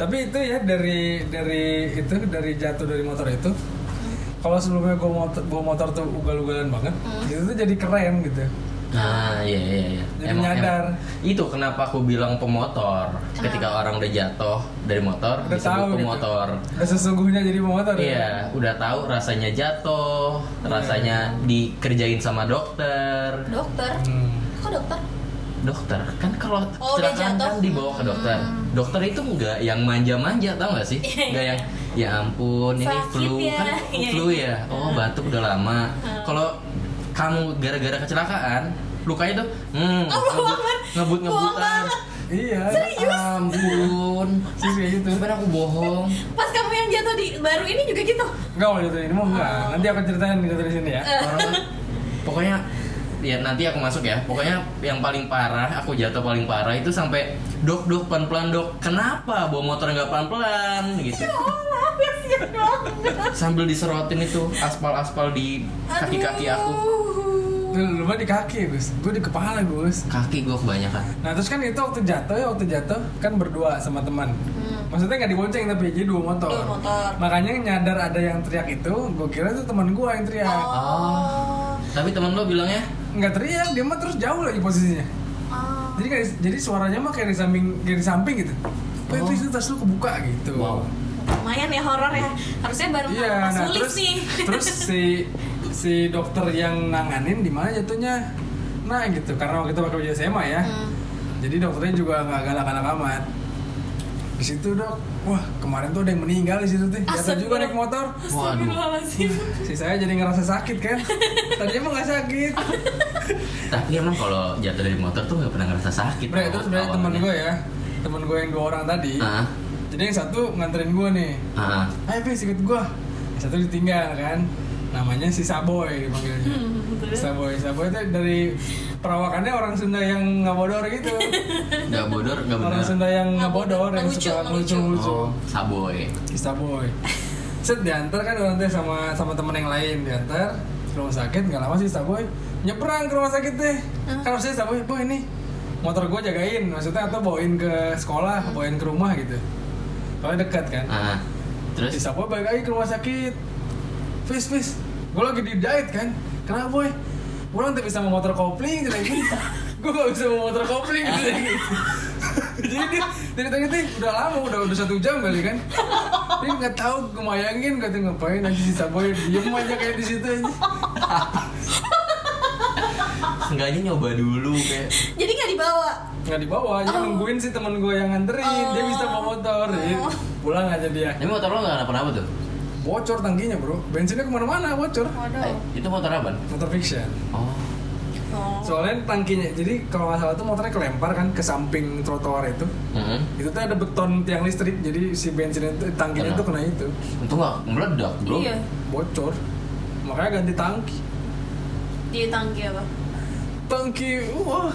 Speaker 3: tapi itu ya dari dari itu dari jatuh dari motor itu kalau sebelumnya gue motor gua motor tuh ugal-ugalan banget
Speaker 1: Hmm.
Speaker 3: itu tuh jadi keren gitu
Speaker 1: Nah, iya iya iya.
Speaker 3: Jadi nyadar.
Speaker 1: itu kenapa aku bilang pemotor. Ketika orang udah jatuh dari motor,
Speaker 3: udah
Speaker 1: disebut
Speaker 3: tahu gitu
Speaker 1: pemotor.
Speaker 3: udah sesungguhnya jadi pemotor ya.
Speaker 1: Iya, udah tahu rasanya jatuh,
Speaker 3: Iya.
Speaker 1: rasanya dikerjain sama dokter.
Speaker 2: Dokter.
Speaker 3: Hmm.
Speaker 2: Kok dokter?
Speaker 1: Dokter kan kalau
Speaker 2: Oh, udah
Speaker 1: kecelakaan kan
Speaker 2: jatuh. Hmm,
Speaker 1: dibawa ke dokter. Dokter itu enggak yang manja-manja tau gak sih? Enggak yang ya ampun ini
Speaker 2: Iya, Sakit
Speaker 1: flu
Speaker 2: ya."
Speaker 1: kan
Speaker 2: <laughs> Iya, Hmm.
Speaker 1: flu ya. Oh, batuk udah lama. Kalau kamu gara-gara kecelakaan, lukanya tuh hmm,
Speaker 2: Oh, bohong banget.
Speaker 1: ngebut
Speaker 2: Bohong
Speaker 1: ngebutan.
Speaker 2: banget.
Speaker 3: iya
Speaker 1: Ampun. Iya,
Speaker 3: Terus kayak gitu
Speaker 1: Sebenarnya Kan aku bohong.
Speaker 2: Pas kamu yang jatuh di baru ini juga gitu.
Speaker 3: Enggak mau jatuh ini mau enggak.
Speaker 1: Oh.
Speaker 3: Nanti aku ceritain jatuh di sini ya.
Speaker 2: <laughs>
Speaker 1: Orang- Eh, pokoknya ya nanti aku masuk ya. Pokoknya yang paling parah, aku jatuh paling parah itu sampai dok dok pelan pelan dok. Kenapa bawa motor nggak pelan pelan gitu?
Speaker 2: Maaf ya sih dok.
Speaker 1: Sambil diserotin itu aspal aspal di kaki kaki aku.
Speaker 3: Lu lu mah di kaki Gus, gue di kepala Gus.
Speaker 1: Kaki gua kebanyakan.
Speaker 3: Nah terus kan itu waktu jatuh ya waktu jatuh kan berdua sama teman. Maksudnya nggak dibonceng tapi jadi dua motor.
Speaker 2: Hmm. Dua motor.
Speaker 3: Makanya nyadar ada yang teriak itu, gue kira itu teman gue yang
Speaker 2: Iya.
Speaker 3: teriak.
Speaker 2: Oh.
Speaker 1: Tapi teman lo ya, bilangnya
Speaker 3: Nggak teriak, dia mah terus jauh lagi posisinya.
Speaker 2: Oh.
Speaker 3: Jadi nggak di- jadi suaranya mah kayak di samping kayak di samping gitu. Oh,
Speaker 1: Oh.
Speaker 3: itu tas lu kebuka gitu.
Speaker 1: wow.
Speaker 2: Lumayan ya horor ya. Harusnya bareng
Speaker 3: Iya,
Speaker 2: sama Mas
Speaker 3: nah
Speaker 2: Sulis
Speaker 3: terus
Speaker 2: nih. <laughs>
Speaker 3: terus si si dokter yang nanganin di mana jatuhnya? Nah gitu, karena waktu itu pakai baju SMA ya.
Speaker 2: Hmm.
Speaker 3: Jadi dokternya juga nggak galak-galak amat. di situ dok wah kemarin tuh ada yang meninggal di situ tuh jatuh juga naik motor
Speaker 2: Astagfirullahaladzim
Speaker 3: si saya jadi ngerasa sakit
Speaker 1: <laughs>
Speaker 3: kan tadinya emang nggak sakit
Speaker 1: Tapi emang kalau jatuh dari motor tuh nggak pernah ngerasa sakit.
Speaker 3: Bre, itu sebenarnya temen gue ya temen gue yang dua orang tadi
Speaker 1: Ah,
Speaker 3: jadi yang satu nganterin gue nih
Speaker 1: ah,
Speaker 3: ayo bis ikut gue yang satu ditinggal kan namanya si Saboy dipanggilnya
Speaker 1: Hmm,
Speaker 2: terus?
Speaker 3: Saboy Saboy itu dari perawakannya orang Sunda yang ngabodor
Speaker 1: <laughs>
Speaker 3: gitu
Speaker 1: nggak bodor, nggak
Speaker 3: orang
Speaker 1: Iya, benar.
Speaker 3: Sunda yang ngabodor yang
Speaker 2: Ngelucu,
Speaker 3: suka
Speaker 2: ngelucu.
Speaker 3: lucu-lucu
Speaker 1: Oh, saboy.
Speaker 3: Kista Boy. Set diantar kan orang teh sama sama temen yang lain diantar ke rumah sakit nggak lama sih Boy nyebrang ke rumah sakit deh. Kan harusnya Kista Boy, boy ini motor gue jagain maksudnya atau bawain ke sekolah, bawain ke rumah gitu. Kalau dekat kan.
Speaker 1: Ah,
Speaker 3: Si
Speaker 1: terus
Speaker 3: Saboy balik lagi ke rumah sakit. Fis, fis. Gue lagi di diet kan. Kenapa, boy? Pulang tapi sama motor kopling gitu lagi.
Speaker 2: <laughs>
Speaker 3: Gue gak bisa sama motor kopling gitu. Jadi dia dari tadi tuh udah lama, udah udah satu jam kali kan. Dia nggak tahu, gue mayangin katanya ngapain aja si Saboy diem aja kayak di situ aja.
Speaker 1: seenggaknya nyoba dulu kayak.
Speaker 2: Jadi nggak dibawa
Speaker 3: Nggak dibawa, dia
Speaker 2: Oh.
Speaker 3: nungguin sih temen gue yang nganterin. Dia bisa bawa motor. Jadi
Speaker 2: Oh.
Speaker 3: pulang aja dia.
Speaker 1: Tapi motor lo nggak kenapa-napa tuh?
Speaker 3: Bocor tangkinya bro, bensinnya kemana-mana bocor.
Speaker 1: Eh,
Speaker 2: Waduh
Speaker 1: itu motor apa?
Speaker 3: Motor ya? fiction.
Speaker 1: Oh,
Speaker 2: Oh.
Speaker 3: soalnya tangkinya jadi kalau nggak salah tuh motornya kelempar kan ke samping trotoar itu
Speaker 1: mm
Speaker 3: itu tuh ada beton tiang listrik jadi si bensin itu tangkinya
Speaker 1: Kena.
Speaker 3: tuh kena itu
Speaker 1: Untung nggak meledak, bro.
Speaker 2: Iya
Speaker 3: bocor makanya ganti tangki
Speaker 2: Di tangki apa?
Speaker 3: tangki wah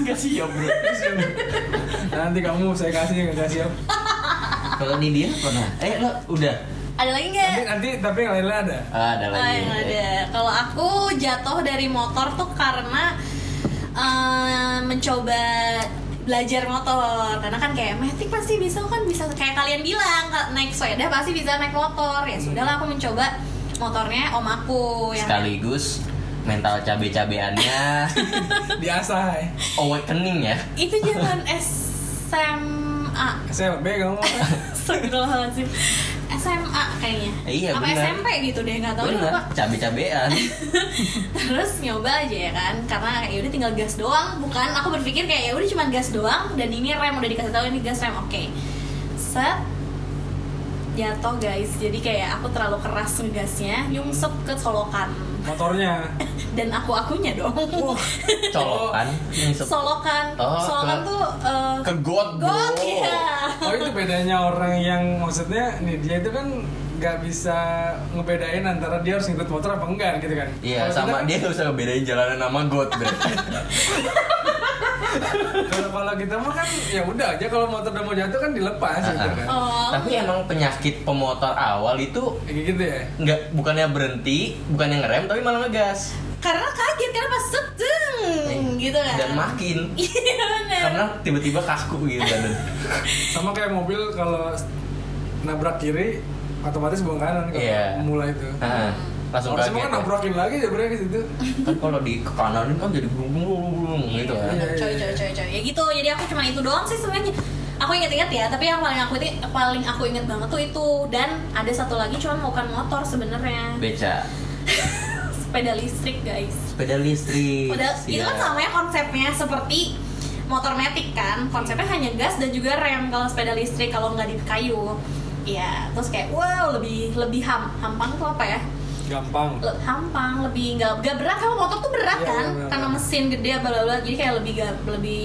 Speaker 1: Nggak siap, bro.
Speaker 3: nanti kamu saya kasih nggak siap
Speaker 1: Kalau ini dia pernah. Eh, lo udah.
Speaker 2: Ada lagi nggak?
Speaker 3: nanti nanti tapi yang lain ada
Speaker 1: Ah, ada
Speaker 2: Oh,
Speaker 1: lagi.
Speaker 2: yang ada. Kalau aku jatuh dari motor tuh karena eh, mencoba belajar motor karena kan kayak metik pasti bisa kan bisa kayak kalian bilang ka- naik sepeda pasti bisa naik motor ya sudahlah aku mencoba motornya om aku yang
Speaker 1: Sekaligus mental
Speaker 2: <laughs>
Speaker 1: cabe-cabeannya
Speaker 3: diasah ya.
Speaker 1: awakening ya.
Speaker 2: itu zaman SMA
Speaker 3: SLB kamu
Speaker 2: Astagfirullahaladzim SMA kayaknya
Speaker 1: Iya,
Speaker 2: apa
Speaker 1: benar.
Speaker 2: SMP gitu deh nggak tahu juga
Speaker 1: Bener, cabe-cabean.
Speaker 2: terus nyoba aja ya kan karena kayak udah tinggal gas doang bukan aku berpikir kayak ya udah cuma gas doang dan ini rem udah dikasih tahu ini gas rem oke set jatuh guys jadi kayak aku terlalu keras ngegasnya nyungsep ke colokan
Speaker 3: motornya
Speaker 2: dan aku akunya dong <laughs>
Speaker 1: Colokan. nyusup.
Speaker 2: solokan
Speaker 1: Oh,
Speaker 2: solokan
Speaker 1: ke-
Speaker 2: tuh eh,
Speaker 1: Ke god, bro.
Speaker 2: got ya
Speaker 3: oh itu bedanya orang yang maksudnya nih dia itu kan nggak bisa ngebedain antara dia harus ngikut motor apa enggak gitu kan
Speaker 1: Iya,
Speaker 3: Kalau kita
Speaker 1: sama
Speaker 3: kan
Speaker 1: dia nggak usah ngebedain jalanan sama god, bro.
Speaker 3: kalau kalau kita mah kan ya udah aja kalau motor udah mau jatuh kan dilepas gitu kan
Speaker 2: <laughs> <laughs> oh
Speaker 1: Tapi emang penyakit pemotor awal itu
Speaker 3: kayak gitu ya
Speaker 1: nggak bukannya berhenti, bukannya ngerem, tapi malah ngegas.
Speaker 2: karena kaget karena pas sedeng gitu kan
Speaker 1: Dan makin
Speaker 2: <laughs> iya bener
Speaker 1: karena tiba-tiba kaku gitu badan.
Speaker 3: sama kayak mobil kalau nabrak kiri otomatis buang kanan kalau
Speaker 1: Iya.
Speaker 3: mulai itu
Speaker 1: Nah, langsung
Speaker 3: harusnya mah
Speaker 1: kaget.
Speaker 3: kan nabrakin lagi ya berarti situ
Speaker 1: Kan kalau di ke kananin kan jadi bung bung bung bung gitu kan.
Speaker 2: Iya, Bener, coy coy coy coy ya gitu jadi aku cuma itu doang sih sebenarnya aku inget-inget ya tapi yang paling aku inget, paling aku inget banget tuh itu dan ada satu lagi cuma bukan motor sebenarnya
Speaker 1: Beca,
Speaker 2: sepeda listrik guys
Speaker 1: sepeda listrik.
Speaker 2: udah itu kan
Speaker 1: Iya.
Speaker 2: samanya konsepnya seperti motor metik kan konsepnya hanya gas dan juga rem kalau sepeda listrik kalau nggak di kayu ya terus kayak wow lebih lebih ham hampang tuh apa ya
Speaker 3: gampang
Speaker 2: le- hampang lebih nggak nggak berat kalau motor tuh berat
Speaker 3: Iya,
Speaker 2: kan
Speaker 3: iya, berat.
Speaker 2: karena mesin gede bla bla bla jadi kayak lebih ga- lebih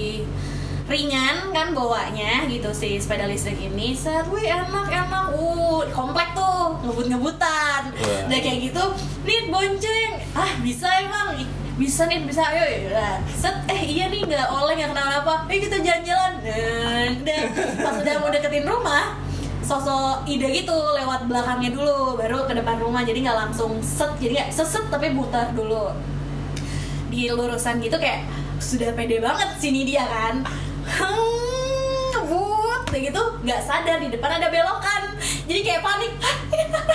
Speaker 2: ringan kan bawanya gitu sih sepeda listrik ini set wih enak enak uh komplek tuh ngebut ngebutan
Speaker 1: Wah.
Speaker 2: udah kayak gitu nih bonceng ah bisa emang Ih, bisa nih bisa ayo ya udah. set eh iya nih nggak oleh nggak kenapa apa eh kita jalan-jalan Eh, udah pas udah mau deketin rumah sosok ide gitu lewat belakangnya dulu baru ke depan rumah jadi nggak langsung set jadi nggak seset tapi muter dulu di lurusan gitu kayak sudah pede banget sini dia kan Hmm, ngebut kayak gitu nggak sadar di depan ada belokan jadi kayak panik <laughs> "Hah, ini apa?"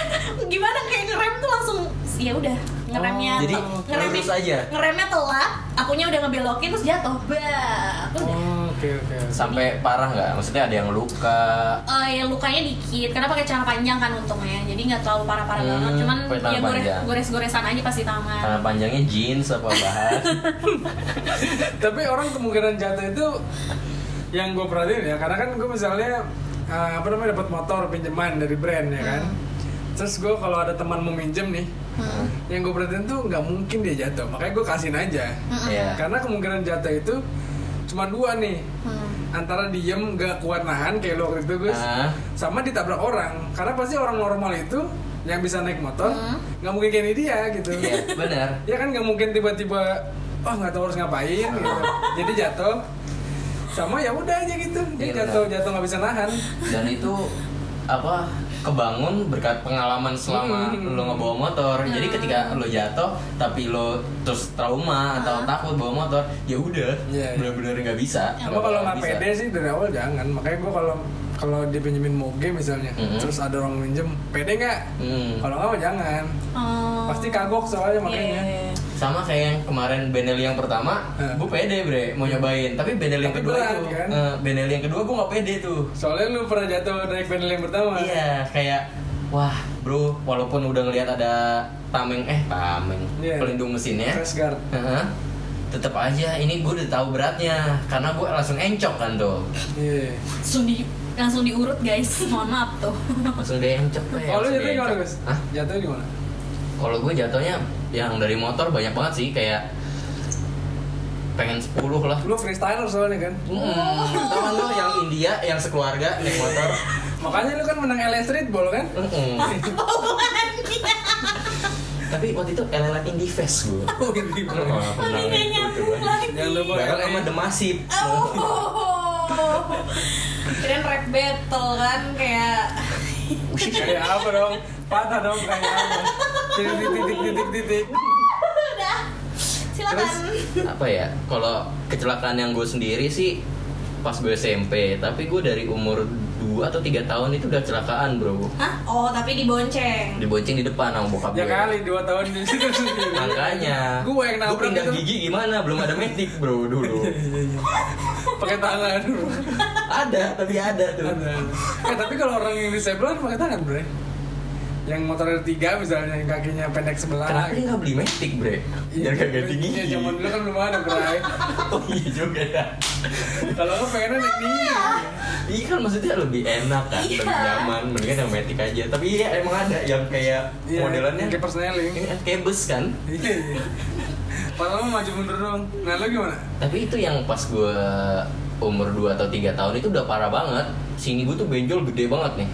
Speaker 2: gimana kayak ngerem tuh langsung ya udah ngeremnya
Speaker 1: Oh, jadi
Speaker 2: tel- ngeremnya,
Speaker 1: lurus aja?
Speaker 2: ngeremnya telat akunya udah ngebelokin terus jatuh bah udah
Speaker 3: Oh, oke oke
Speaker 1: Sampai parah nggak? Maksudnya ada yang luka.
Speaker 2: Eh, ya lukanya dikit karena pakai celana panjang kan untungnya jadi nggak terlalu parah-parah
Speaker 1: Hmm,
Speaker 2: banget cuman
Speaker 1: pakai celana
Speaker 2: ya gores,
Speaker 1: panjang.
Speaker 2: gores-goresan aja pasti tangan
Speaker 1: Tangan panjangnya
Speaker 2: <laughs>
Speaker 1: jeans apa bahan?
Speaker 3: tapi orang kemungkinan jatuh itu yang gue perhatiin ya karena kan gue misalnya eh, apa namanya dapat motor pinjaman dari brand ya kan terus gue kalau ada teman mau minjem nih
Speaker 2: Hmm,
Speaker 3: yang gue perhatiin tuh nggak mungkin dia jatuh makanya gue kasihin aja
Speaker 1: Iya.
Speaker 3: karena kemungkinan jatuh itu cuma dua nih
Speaker 2: Hmm.
Speaker 3: antara diem nggak kuat nahan kayak lo waktu itu Gus
Speaker 1: Ah.
Speaker 3: sama ditabrak orang karena pasti orang normal itu yang bisa naik motor
Speaker 2: Hmm.
Speaker 3: nggak mungkin kayak dia gitu
Speaker 1: Iya, benar.
Speaker 3: ya kan nggak mungkin tiba-tiba oh nggak tahu harus ngapain gitu jadi jatuh sama ya udah aja gitu dia
Speaker 1: Iya,
Speaker 3: jatuh jatuh nggak bisa nahan
Speaker 1: Dan itu apa kebangun berkat pengalaman selama
Speaker 3: Hmm.
Speaker 1: lo ngebawa motor. Jadi ketika lo jatuh tapi lo terus trauma atau takut bawa motor, ya udah
Speaker 3: Iya, iya.
Speaker 1: benar-benar nggak bisa.
Speaker 3: sama Ya, kalau nggak
Speaker 1: bisa.
Speaker 3: pede sih dari awal jangan makanya gua kalau kalau dipinjemin moge misalnya
Speaker 1: Mhm.
Speaker 3: terus ada orang minjem pede nggak
Speaker 1: Hmm.
Speaker 3: kalau nggak mah jangan
Speaker 2: Oh.
Speaker 3: pasti kagok soalnya makanya
Speaker 2: Iya.
Speaker 1: Sama kayak yang kemarin Benelli yang pertama,
Speaker 3: Eh.
Speaker 1: gue pede bre mau nyobain. Tapi Benelli yang
Speaker 3: Tapi
Speaker 1: kedua
Speaker 3: berat,
Speaker 1: itu,
Speaker 3: kan?
Speaker 1: eh, Benelli yang kedua gue nggak pede tuh.
Speaker 3: soalnya lu pernah jatuh naik panel yang pertama
Speaker 1: Iya, kayak wah bro, walaupun udah ngelihat ada tameng eh tameng
Speaker 3: Iya.
Speaker 1: pelindung mesinnya,
Speaker 3: Crash guard
Speaker 1: Heeh. tetap aja ini gue udah tahu beratnya karena gue langsung encok kan tuh
Speaker 3: iya
Speaker 2: Langsung di langsung diurut guys. <laughs> Mohon maaf tuh.
Speaker 1: langsung dia encok eh,
Speaker 3: oh lu
Speaker 1: langsung
Speaker 3: jatuh
Speaker 1: dia
Speaker 3: gimana
Speaker 1: encok.
Speaker 3: Gus?
Speaker 1: Hah?
Speaker 3: jatuh gimana?
Speaker 1: kalau gue jatuhnya yang dari motor banyak banget sih kayak pengen 10 lah
Speaker 3: lu freestyler soalnya kan
Speaker 1: Hmm, tau kan lo yang India yang sekeluarga naik motor
Speaker 3: makanya lu kan menang LA Streetball kan? <laughs>
Speaker 1: Mm-mm. tapi waktu itu LLN Indie Fest gue
Speaker 3: oh ini bro
Speaker 2: Tapi nggak nyambung
Speaker 3: Jangan lupa
Speaker 2: lagi.
Speaker 1: Bareng sama The Massive
Speaker 2: Oh. Keren rap battle kan kayak
Speaker 3: kayak apa dong? Patah dong kayak apa? Titik titik titik titik titik.
Speaker 2: udah. Silakan.
Speaker 1: apa ya kalau kecelakaan yang gue sendiri sih pas gue SMP tapi gue dari umur 2 atau 3 tahun itu udah kecelakaan bro
Speaker 2: Hah? Oh, tapi dibonceng.
Speaker 1: dibonceng di depan sama bokap
Speaker 3: Ya
Speaker 1: gue
Speaker 3: kali dua tahun di situ sendiri.
Speaker 1: makanya
Speaker 3: Gue yang
Speaker 1: Gua
Speaker 3: nabrak
Speaker 1: pindah
Speaker 3: itu.
Speaker 1: gigi gimana belum ada metik bro
Speaker 3: <laughs>
Speaker 1: dulu
Speaker 3: Pakai tangan.
Speaker 1: ada tapi ada tuh
Speaker 3: Ada. Eh tapi kalau orang yang disable pakai tangan bre. Yang motornya tiga misalnya yang kakinya pendek sebelah.
Speaker 1: kenapa dia nggak beli metik bre biar gak ganti gigi
Speaker 3: Ya Iya, zaman dulu kan belum ada bre.
Speaker 1: <laughs> oh iya juga ya
Speaker 3: Kalau lu pengennya naik tinggi.
Speaker 1: iya kan maksudnya lebih enak kan
Speaker 2: Iya.
Speaker 1: lebih nyaman mendingan yang metik aja tapi iya emang ada yang kayak
Speaker 3: Iya,
Speaker 1: modelannya
Speaker 3: kayak persneling.
Speaker 1: ini kan kayak bus kan
Speaker 3: Iya. iya. Padahal mau maju mundur dong. Nah lu gimana?
Speaker 1: Tapi itu yang pas gue umur 2 atau 3 tahun itu udah parah banget. Sini gue tuh benjol gede banget nih.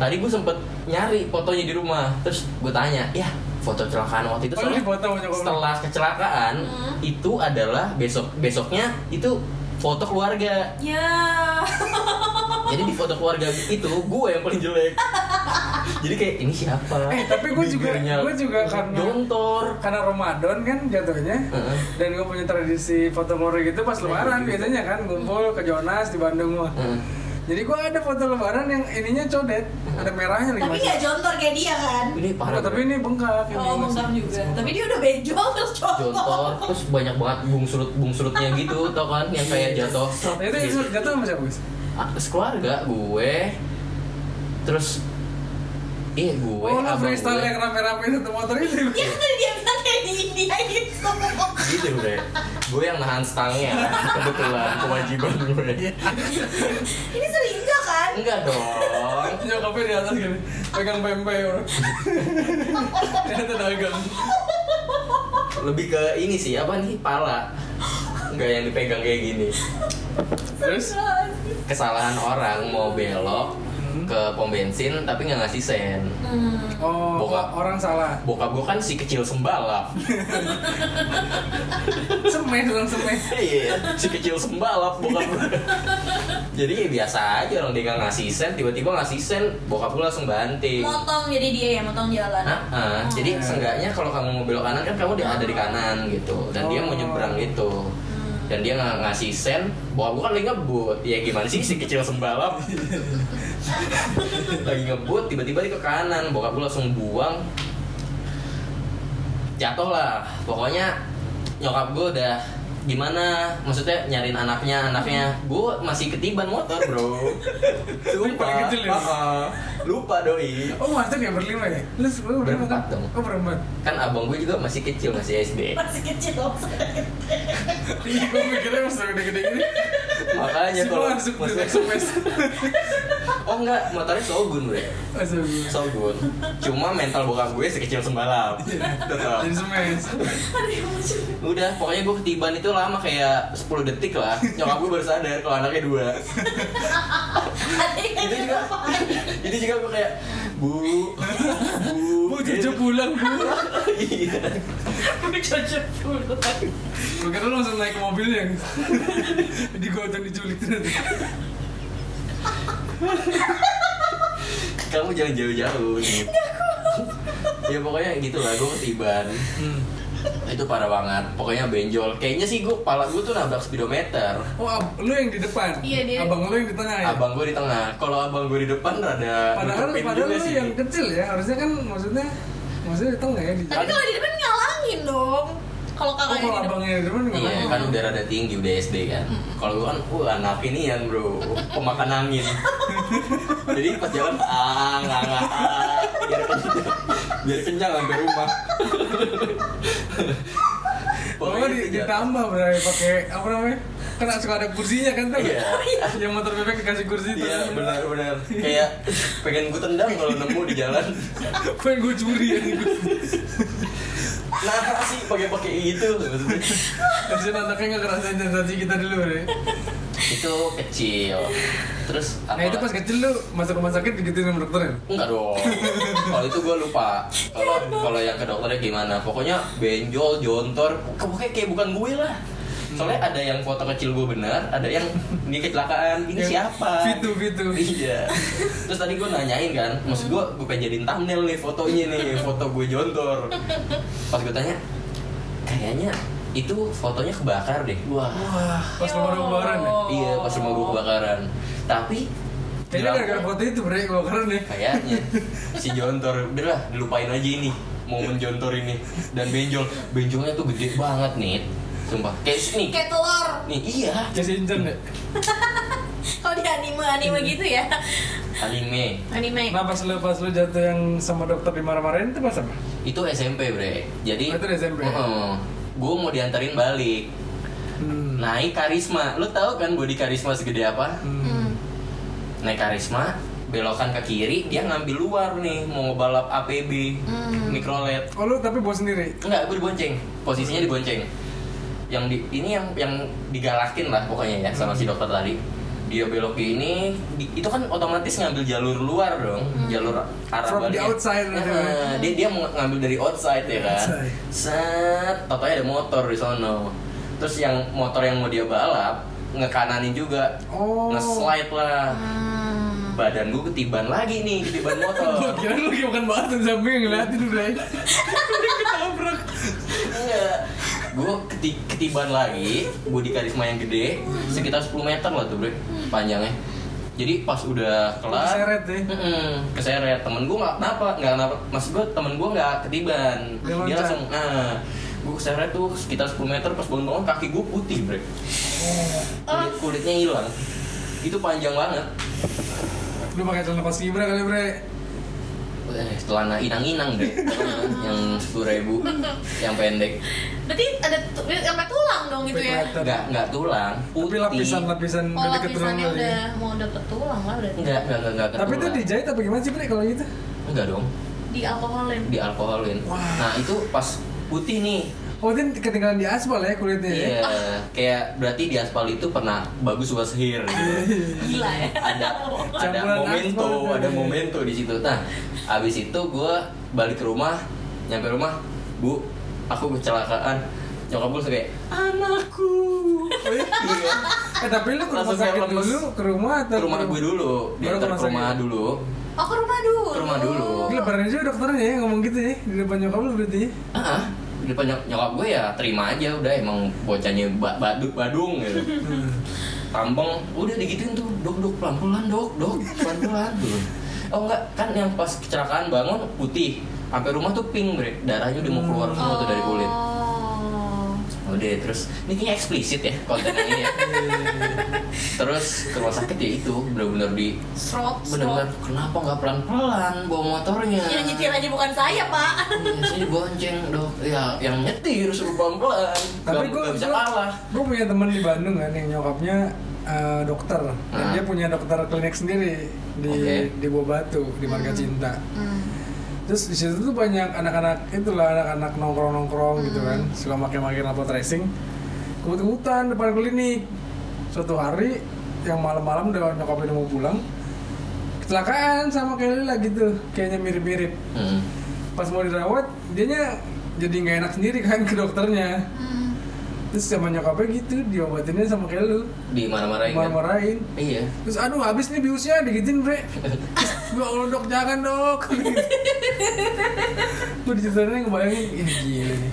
Speaker 1: Tadi gue sempet nyari fotonya di rumah, terus gue tanya, ya foto kecelakaan waktu itu
Speaker 3: Oh,
Speaker 1: soalnya
Speaker 3: ini foto sama nyokap lu?
Speaker 1: setelah kecelakaan
Speaker 2: Hmm.
Speaker 1: itu adalah besok besoknya itu foto keluarga.
Speaker 2: Ya.
Speaker 1: Jadi di foto keluarga itu gue yang paling jelek. Jadi kayak ini siapa?
Speaker 3: Eh, tapi gue juga-
Speaker 1: Bibirnya
Speaker 3: gue juga karena-
Speaker 1: jontor.
Speaker 3: karena Ramadan kan jatuhnya
Speaker 1: Heeh. Iya,
Speaker 3: dan gue punya tradisi foto keluarga gitu pas lebaran biasanya kan ngumpul ke Jonas di Bandung gua.
Speaker 1: Heeh.
Speaker 3: Jadi gue ada foto lebaran yang ininya codet, ada merahnya lagi
Speaker 2: Tapi
Speaker 3: masih.
Speaker 2: nggak jontor kayak dia kan?
Speaker 1: Ini parah.
Speaker 3: Oh, tapi ini bengkak ini
Speaker 2: Oh,
Speaker 3: masih.
Speaker 2: bengkak juga. Tapi dia udah benjol terus
Speaker 1: jontor
Speaker 2: <laughs> jontor.
Speaker 1: terus banyak banget bungsurut bungsurutnya gitu tau kan yang kayak jatuh
Speaker 3: Ya, itu
Speaker 1: gitu.
Speaker 3: itu jatuh sama siapa Gus?
Speaker 1: Ah, sekeluarga gue terus iya gue
Speaker 3: Oh, lo
Speaker 1: abang
Speaker 3: freestyle
Speaker 1: gue.
Speaker 3: yang rame-rame satu motor itu.
Speaker 2: Ya kan tadi dia bilang <laughs> kayak di India gitu.
Speaker 1: gitu bre gue yang nahan stangnya kebetulan kewajiban gue
Speaker 2: Ini sering nggak kan?
Speaker 1: enggak dong
Speaker 3: Nyokapnya di atas gini, pegang pempek orang. Ternyata dagang.
Speaker 1: lebih ke ini sih apa nih pala enggak yang dipegang kayak gini
Speaker 3: Terus
Speaker 1: kesalahan orang mau belok ke pom bensin tapi nggak ngasih sen
Speaker 2: Hmm.
Speaker 3: oh,
Speaker 1: Bokap.
Speaker 3: orang salah.
Speaker 1: bokap gue kan si kecil sembalap
Speaker 3: Semen, orang semen.
Speaker 1: Iya, si kecil sembalap bokap gue. <laughs> Jadi ya biasa aja orang dia nggak ngasih sen, tiba-tiba ngasih sen, bokap gue langsung banting.
Speaker 2: Motong jadi dia ya, motong jalan.
Speaker 1: Nah,
Speaker 3: Oh,
Speaker 1: eh, jadi
Speaker 3: iya.
Speaker 1: seenggaknya kalau kamu mau belok kanan kan kamu dia ada di kanan gitu, dan dia mau
Speaker 3: Oh.
Speaker 1: nyebrang gitu. Dan dia nggak ngasih sen, bokap gue kan lagi ngebut. Ya gimana sih si kecil
Speaker 3: <laughs>
Speaker 1: sembalap? lagi ngebut, tiba-tiba dia ke kanan, bokap gue langsung buang. Jatuh lah, pokoknya nyokap gue udah gimana maksudnya nyariin anaknya anaknya
Speaker 3: Hmm.
Speaker 1: gue masih ketiban motor
Speaker 3: <laughs>
Speaker 1: bro lupa
Speaker 3: paling kecil ya?
Speaker 1: Ah, ah. lupa doi
Speaker 3: Oh, maksudnya kayak berlima ya? Lu lu berlima
Speaker 1: Berempat
Speaker 3: kan?
Speaker 1: dong.
Speaker 3: Oh, berempat.
Speaker 1: kan abang gue juga masih
Speaker 3: <laughs>
Speaker 1: kecil masih SD
Speaker 2: Masih kecil.
Speaker 3: Iya, Ih, gue mikirnya pas udah gede gini
Speaker 1: Makanya
Speaker 3: Si
Speaker 1: kalau
Speaker 3: masuk
Speaker 1: Mas-
Speaker 3: masuk SMS.
Speaker 1: Oh enggak, motornya Shogun bre
Speaker 3: Masuk.
Speaker 1: Shogun Cuma mental bokap gue sekecil sembalap Tetap.
Speaker 3: Jadi SMS.
Speaker 1: Udah, pokoknya gue ketibaan itu lama kayak 10 detik lah Nyokap gue baru sadar kalau anaknya dua Itu juga Itu juga gue kayak Bu Bu eh,
Speaker 3: Bu Jojo pulang bu.
Speaker 1: Iya
Speaker 3: Gue kira lu langsung naik ke mobil yang digotong diculik ternyata.
Speaker 1: Kamu jangan jauh-jauh gitu. Ya pokoknya gitu lah, gue ketibaan
Speaker 3: Hmm.
Speaker 1: Itu parah banget, pokoknya benjol Kayaknya sih gue, pala gue tuh nabrak speedometer
Speaker 3: Oh, ab- lu yang di depan.
Speaker 2: Iya, dia-
Speaker 3: Abang lu yang di tengah ya.
Speaker 1: Abang gue di tengah. Kalau abang gue di depan rada
Speaker 3: Padahal
Speaker 1: nutupin
Speaker 3: padahal
Speaker 1: juga
Speaker 3: lu
Speaker 1: sih.
Speaker 3: yang kecil ya. Harusnya kan maksudnya maksudnya di tengah ya di.
Speaker 2: Tapi kalau di depan ngalangin dong. Kalau gitu.
Speaker 3: Oh,
Speaker 2: kakaknya
Speaker 3: kalau
Speaker 2: di depan.
Speaker 3: abangnya di depan nggak
Speaker 1: Iya,
Speaker 3: apa-apa.
Speaker 1: kan udah rada tinggi udah SD kan. Kalau gue kan, wah anak ini yang bro, pemakan
Speaker 3: <laughs>
Speaker 1: angin. Jadi pas jalan, ah, nggak nggak, ah, biar kencang, biar kencang sampai rumah.
Speaker 3: Pokoknya di,
Speaker 1: itu jatuh.
Speaker 3: ditambah berarti pakai apa namanya? Kan suka ada kursinya kan tuh.
Speaker 1: Iya.
Speaker 3: Yang motor bebek dikasih kursi itu.
Speaker 1: Iya benar-benar kayak pengen gue tendang kalau nemu di jalan
Speaker 3: Pengen gue curi ya.
Speaker 1: Nah sih pakai-pakai itu maksudnya.
Speaker 3: Harusnya anaknya nggak ngerasain sensasi kita dulu ya.
Speaker 1: Itu kecil Terus
Speaker 3: Nah itu
Speaker 1: apalagi-
Speaker 3: pas kecil lu masuk rumah sakit digituin sama dokter ya?
Speaker 1: Enggak dong. Kalau itu gue lupa. Kalau kalau yang ke dokternya gimana? Pokoknya benjol, jontor, pokoknya kayak bukan gue lah.
Speaker 3: Hmm.
Speaker 1: Soalnya ada yang foto kecil gue bener, ada yang <laughs> ini kecelakaan, ini
Speaker 3: Yang
Speaker 1: siapa?
Speaker 3: Fitu, Fitu.
Speaker 1: Iya. Terus tadi gue nanyain kan, maksud gue gue pengen jadiin thumbnail nih fotonya nih, foto gue jontor. Pas gue tanya, kayaknya itu fotonya kebakar deh. Wah.
Speaker 3: Wah, pas lu baru lebaran ya?
Speaker 1: Iya, pas rumah gue kebakaran. Tapi
Speaker 3: Kayaknya
Speaker 1: dalam-
Speaker 3: gara-gara foto itu bre, kebakaran ya
Speaker 1: kayaknya si jontor udahlah dilupain aja ini momen jontor ini dan benjol benjolnya tuh gede banget nih sumpah kayak sini
Speaker 2: Kayak telur.
Speaker 1: nih iya
Speaker 3: Kayak si Incan ya?
Speaker 2: Kalau di anime anime gitu ya.
Speaker 1: anime
Speaker 2: Anime.
Speaker 3: Nah pas lu, pas lu jatuh yang sama dokter dimarah-marahin itu pas apa?
Speaker 1: itu SMP bre jadi
Speaker 3: Oh, itu SMP.
Speaker 1: gue mau diantarin balik
Speaker 3: Hmm.
Speaker 1: naik karisma lu tahu kan body karisma segede apa
Speaker 3: Hmm.
Speaker 2: Hmm.
Speaker 1: naik karisma belokan ke kiri dia ngambil luar nih mau ngebalap APB
Speaker 2: Hmm.
Speaker 1: mikrolet
Speaker 3: Oh lu tapi bawa sendiri?
Speaker 1: Enggak, gue dibonceng. Posisinya
Speaker 3: Hmm.
Speaker 1: dibonceng. Yang di, ini yang yang digalakin lah pokoknya ya sama
Speaker 3: Hmm.
Speaker 1: si dokter tadi. Dia belok ke ini, di- itu kan otomatis ngambil jalur luar dong, jalur arah
Speaker 3: Hmm. From the
Speaker 1: baliknya.
Speaker 3: outside
Speaker 1: Nah,
Speaker 3: gitu ya.
Speaker 1: dia dia mau ngambil dari outside ya kan.
Speaker 3: Outside.
Speaker 1: Set, totalnya ada motor di sono. Terus yang motor yang mau dia balap ngekananin juga,
Speaker 3: Oh. Ah.
Speaker 1: ngeslide lah.
Speaker 2: Hmm.
Speaker 1: Badan gue ketiban lagi nih, ketiban
Speaker 3: Gua <laughs>
Speaker 1: motor.
Speaker 3: kira lu kayak bukan batu samping yang ngeliatin lu bre Ketabrak
Speaker 1: Enggak. Gue Iya. ketiban lagi, body karisma yang gede, sekitar 10 meter lah tuh bre, panjangnya. Jadi pas udah kelar,
Speaker 3: Keseret ya?
Speaker 1: Mm-mm, keseret. Temen gue nggak kenapa, nggak kenapa. Mas gue temen gue nggak ketiban,
Speaker 3: Dia
Speaker 1: dia,
Speaker 3: loncat.
Speaker 1: langsung. Nah, gue keseret tuh sekitar 10 meter pas bangun kaki gue putih bre,
Speaker 3: Oh.
Speaker 1: kulit kulitnya hilang. Itu panjang banget.
Speaker 3: Lu pakai celana pas kibra kali bre
Speaker 1: Eh, Celana inang-inang
Speaker 3: <laughs>
Speaker 1: deh, yang sepuluh ribu, yang pendek.
Speaker 2: Berarti ada tu- ya, sampai tulang dong gitu ya.
Speaker 3: Pekelatan.
Speaker 1: Nggak nggak tulang,
Speaker 3: Tapi
Speaker 1: putih.
Speaker 3: lapisan-lapisan
Speaker 2: Oh,
Speaker 3: dari keturunan
Speaker 2: lapisannya
Speaker 3: kali
Speaker 2: udah mau dapet tulang lah berarti.
Speaker 1: Enggak, enggak, enggak, enggak
Speaker 3: Tapi itu
Speaker 1: ketular.
Speaker 3: dijahit apa gimana sih bre kalau gitu?
Speaker 1: Enggak dong,
Speaker 2: Di alkoholin.
Speaker 1: di alkoholin
Speaker 3: Wah.
Speaker 1: Nah itu pas putih nih
Speaker 3: Oh itu ketinggalan di aspal ya kulitnya ya?
Speaker 1: Iya, kayak berarti di aspal itu pernah bagus was here gitu.
Speaker 2: Gila ya.
Speaker 1: ada ada
Speaker 3: Campuran
Speaker 1: momento,
Speaker 3: Iya. aspal.
Speaker 1: ada momento di situ. Nah, abis itu gue balik ke rumah, nyampe rumah, bu, aku kecelakaan. Nyokap gue langsung kayak anakku. Iya.
Speaker 3: Eh tapi lu ke rumah
Speaker 1: Langsung
Speaker 3: sakit
Speaker 1: lemes.
Speaker 3: dulu, ke rumah atau
Speaker 1: Ke rumah gue dulu,
Speaker 3: Baru gitu? ke
Speaker 1: diantar ke
Speaker 3: rumah
Speaker 1: rumah
Speaker 3: sakit.
Speaker 1: dulu.
Speaker 2: Oh, ke rumah dulu.
Speaker 1: Ke rumah dulu.
Speaker 3: Ini lebaran aja dokternya ya ngomong gitu ya di depan nyokap lu berarti ya?
Speaker 1: Ah, di depan nyok- nyokap gue ya terima aja udah emang bocahnya ba- badut badung gitu.
Speaker 3: Hmm.
Speaker 1: tambang udah digituin tuh dok dok pelan pelan dok dok pelan pelan oh enggak kan yang pas kecelakaan bangun putih sampai rumah tuh pink bre darahnya udah mau keluar semua tuh dari kulit
Speaker 2: Oh.
Speaker 1: udah gede terus ini kayaknya eksplisit ya konten yang ini ya. terus ke rumah sakit ya itu bener-bener di
Speaker 2: Srot,
Speaker 1: bener-bener
Speaker 2: srot.
Speaker 1: kenapa nggak pelan-pelan bawa motornya
Speaker 2: Yang nyetir aja bukan saya, Pak.
Speaker 1: Iya, saya dibonceng dok ya yang nyetir suruh pelan-pelan
Speaker 3: tapi
Speaker 1: Nggak-
Speaker 3: gue
Speaker 1: nggak bisa kalah
Speaker 3: gue punya teman di Bandung kan yang nyokapnya eh, dokter
Speaker 1: Hmm.
Speaker 3: dan dia punya dokter klinik sendiri di
Speaker 1: Oke.
Speaker 3: di Buah Batu di Marga Cinta
Speaker 2: Hmm.
Speaker 3: terus di situ tuh banyak anak-anak itulah anak-anak nongkrong-nongkrong gitu kan suka pakai-pakai knalpot racing kebut-kebutan depan klinik suatu hari yang malam-malam udah nyokapnya udah mau pulang kecelakaan sama kayak lagi tuh kayaknya mirip-mirip
Speaker 1: Hmm.
Speaker 3: pas mau dirawat dianya jadi nggak enak sendiri kan ke dokternya
Speaker 2: Hmm.
Speaker 3: terus sama nyokapnya gitu diobatinnya sama kayak lu
Speaker 1: di marah-marahin kan?
Speaker 3: marah-marahin
Speaker 1: iya
Speaker 3: terus aduh habis nih biusnya digitin
Speaker 2: <laughs>
Speaker 3: bre Terus, ya Allah dok jangan dok gue diceritainnya ngebayangin ini gila nih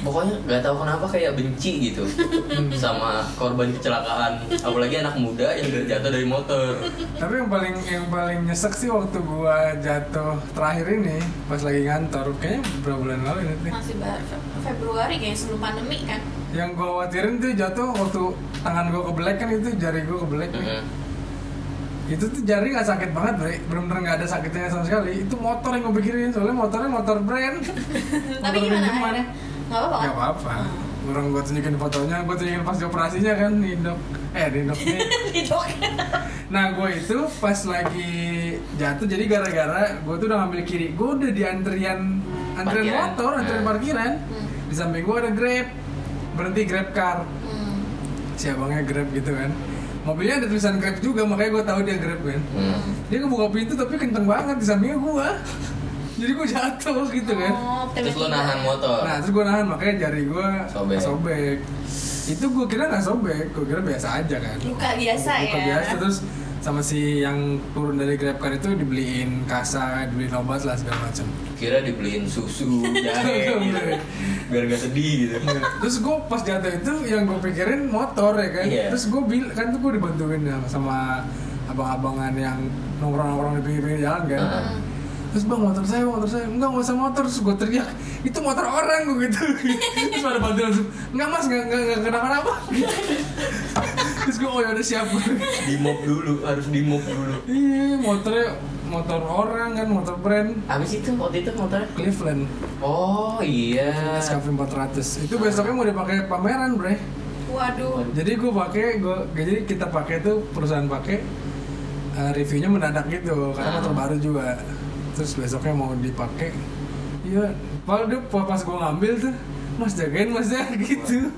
Speaker 1: pokoknya nggak tahu kenapa kayak benci gitu
Speaker 3: Hmm.
Speaker 1: sama korban kecelakaan apalagi anak muda yang udah jatuh dari motor
Speaker 3: tapi yang paling yang paling nyesek sih waktu gua jatuh terakhir ini pas lagi ngantor kayaknya berapa bulan lalu ini Teh.
Speaker 2: Masih bar Fe- Februari kayaknya sebelum pandemi kan.
Speaker 3: yang gua khawatirin tuh jatuh waktu tangan gua kebelek kan itu jari gua kebelek nih.
Speaker 1: Mm.
Speaker 3: itu tuh jari nggak sakit banget bre bener-bener nggak ada sakitnya sama sekali itu motor yang gue pikirin soalnya motornya motor
Speaker 2: <laughs>
Speaker 3: brand
Speaker 2: Tapi
Speaker 3: Motor
Speaker 2: gimana
Speaker 3: pinjaman.
Speaker 2: akhirnya? Gak apa-apa
Speaker 3: nggak
Speaker 2: kan? <laughs>
Speaker 3: apa-apa orang gue tunjukin fotonya gue tunjukin pas di operasinya kan nih dok eh di dok nih
Speaker 2: Dok.
Speaker 3: nah gue itu pas lagi jatuh jadi gara-gara gue tuh udah ngambil kiri gue udah di antrian antrian
Speaker 1: Parkiran.
Speaker 3: motor antrian
Speaker 1: Hmm.
Speaker 3: parkiran
Speaker 2: Iya. Hmm.
Speaker 3: di samping gue ada grab berhenti grab car
Speaker 2: Hmm.
Speaker 3: si abangnya grab gitu kan mobilnya ada tulisan grab juga makanya gue tahu dia grab kan
Speaker 1: Hmm.
Speaker 3: dia ngebuka pintu tapi kenceng banget di sampingnya gue <laughs> jadi gue jatuh gitu kan
Speaker 2: Oh,
Speaker 1: terus lo
Speaker 2: tiba-tiba.
Speaker 1: nahan motor
Speaker 3: Nah terus gue nahan makanya jari gue
Speaker 1: Sobek.
Speaker 3: Itu gue kira nggak sobek, gue kira biasa aja kan.
Speaker 2: Luka biasa
Speaker 3: Luka
Speaker 2: ya.
Speaker 3: biasa terus sama si yang turun dari grabcar itu dibeliin kasa, dibeliin obat lah segala macam.
Speaker 1: kira dibeliin susu
Speaker 3: <laughs>
Speaker 1: jahe gitu biar gak sedih gitu
Speaker 3: Iya. terus gue pas jatuh itu yang gue pikirin motor ya kan.
Speaker 1: Iya.
Speaker 3: Terus gue bil kan tuh gue dibantuin sama, sama abang-abangan yang nongkrong-nongkrong di pinggir jalan kan.
Speaker 1: Ah.
Speaker 3: Terus bang motor saya, motor saya, enggak nggak usah motor Terus gue teriak, itu motor orang gue gitu Terus pada bantu langsung, enggak mas, enggak, enggak, enggak kenapa-napa <laughs> Terus gue, oh yaudah siap <laughs>
Speaker 1: di mob dulu harus di mob dulu
Speaker 3: Iya, motornya motor orang kan, motor brand
Speaker 1: abis itu waktu itu motor
Speaker 3: Cleveland,
Speaker 1: oh iya
Speaker 3: SKV 400 Itu besoknya mau dipakai pameran bre
Speaker 2: Waduh.
Speaker 3: Jadi gue pakai, gue jadi kita pakai tuh perusahaan pakai eh, reviewnya mendadak gitu karena motor baru juga. Terus besoknya mau dipakai, iya. Padahal dia pas pas gue ngambil tuh, mas jagain mas ya <laughs> gitu.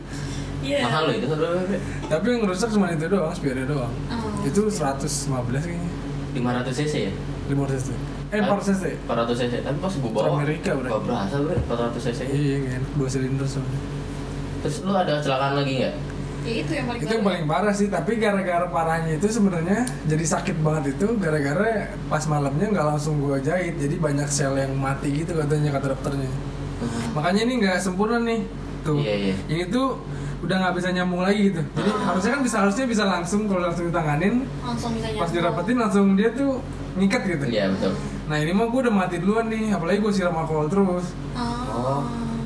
Speaker 2: Iya.
Speaker 1: mahal loh itu berapa
Speaker 3: Tapi yang rusak cuma itu doang, spionnya doang.
Speaker 2: Oh.
Speaker 3: Itu 115 kayaknya,
Speaker 1: 500 cc ya
Speaker 3: 500 cc. Eh, 400 cc.
Speaker 1: 400 cc tapi pas gue bawa
Speaker 3: Amerika, bro.
Speaker 1: gak berasa bro 400 cc
Speaker 3: Iya kan, dua silinder soalnya.
Speaker 1: terus lu ada kecelakaan lagi nggak
Speaker 2: Ya itu yang paling
Speaker 3: Itu yang paling parah sih, tapi gara-gara parahnya itu sebenarnya jadi sakit banget itu gara-gara pas malamnya nggak langsung gua jahit, jadi banyak sel yang mati gitu katanya kata dokternya. Makanya ini nggak sempurna nih tuh.
Speaker 1: Hmm. Iya, iya. Hmm.
Speaker 3: Ini tuh udah nggak bisa nyambung lagi gitu. Jadi harusnya kan bisa harusnya bisa langsung kalau langsung ditanganin,
Speaker 2: langsung bisa
Speaker 3: pas
Speaker 2: nyambung.
Speaker 3: dirapetin langsung dia tuh ngikat gitu.
Speaker 1: iya betul
Speaker 3: Nah ini mah gua udah mati duluan nih, apalagi gua siram alkohol terus.
Speaker 2: Oh.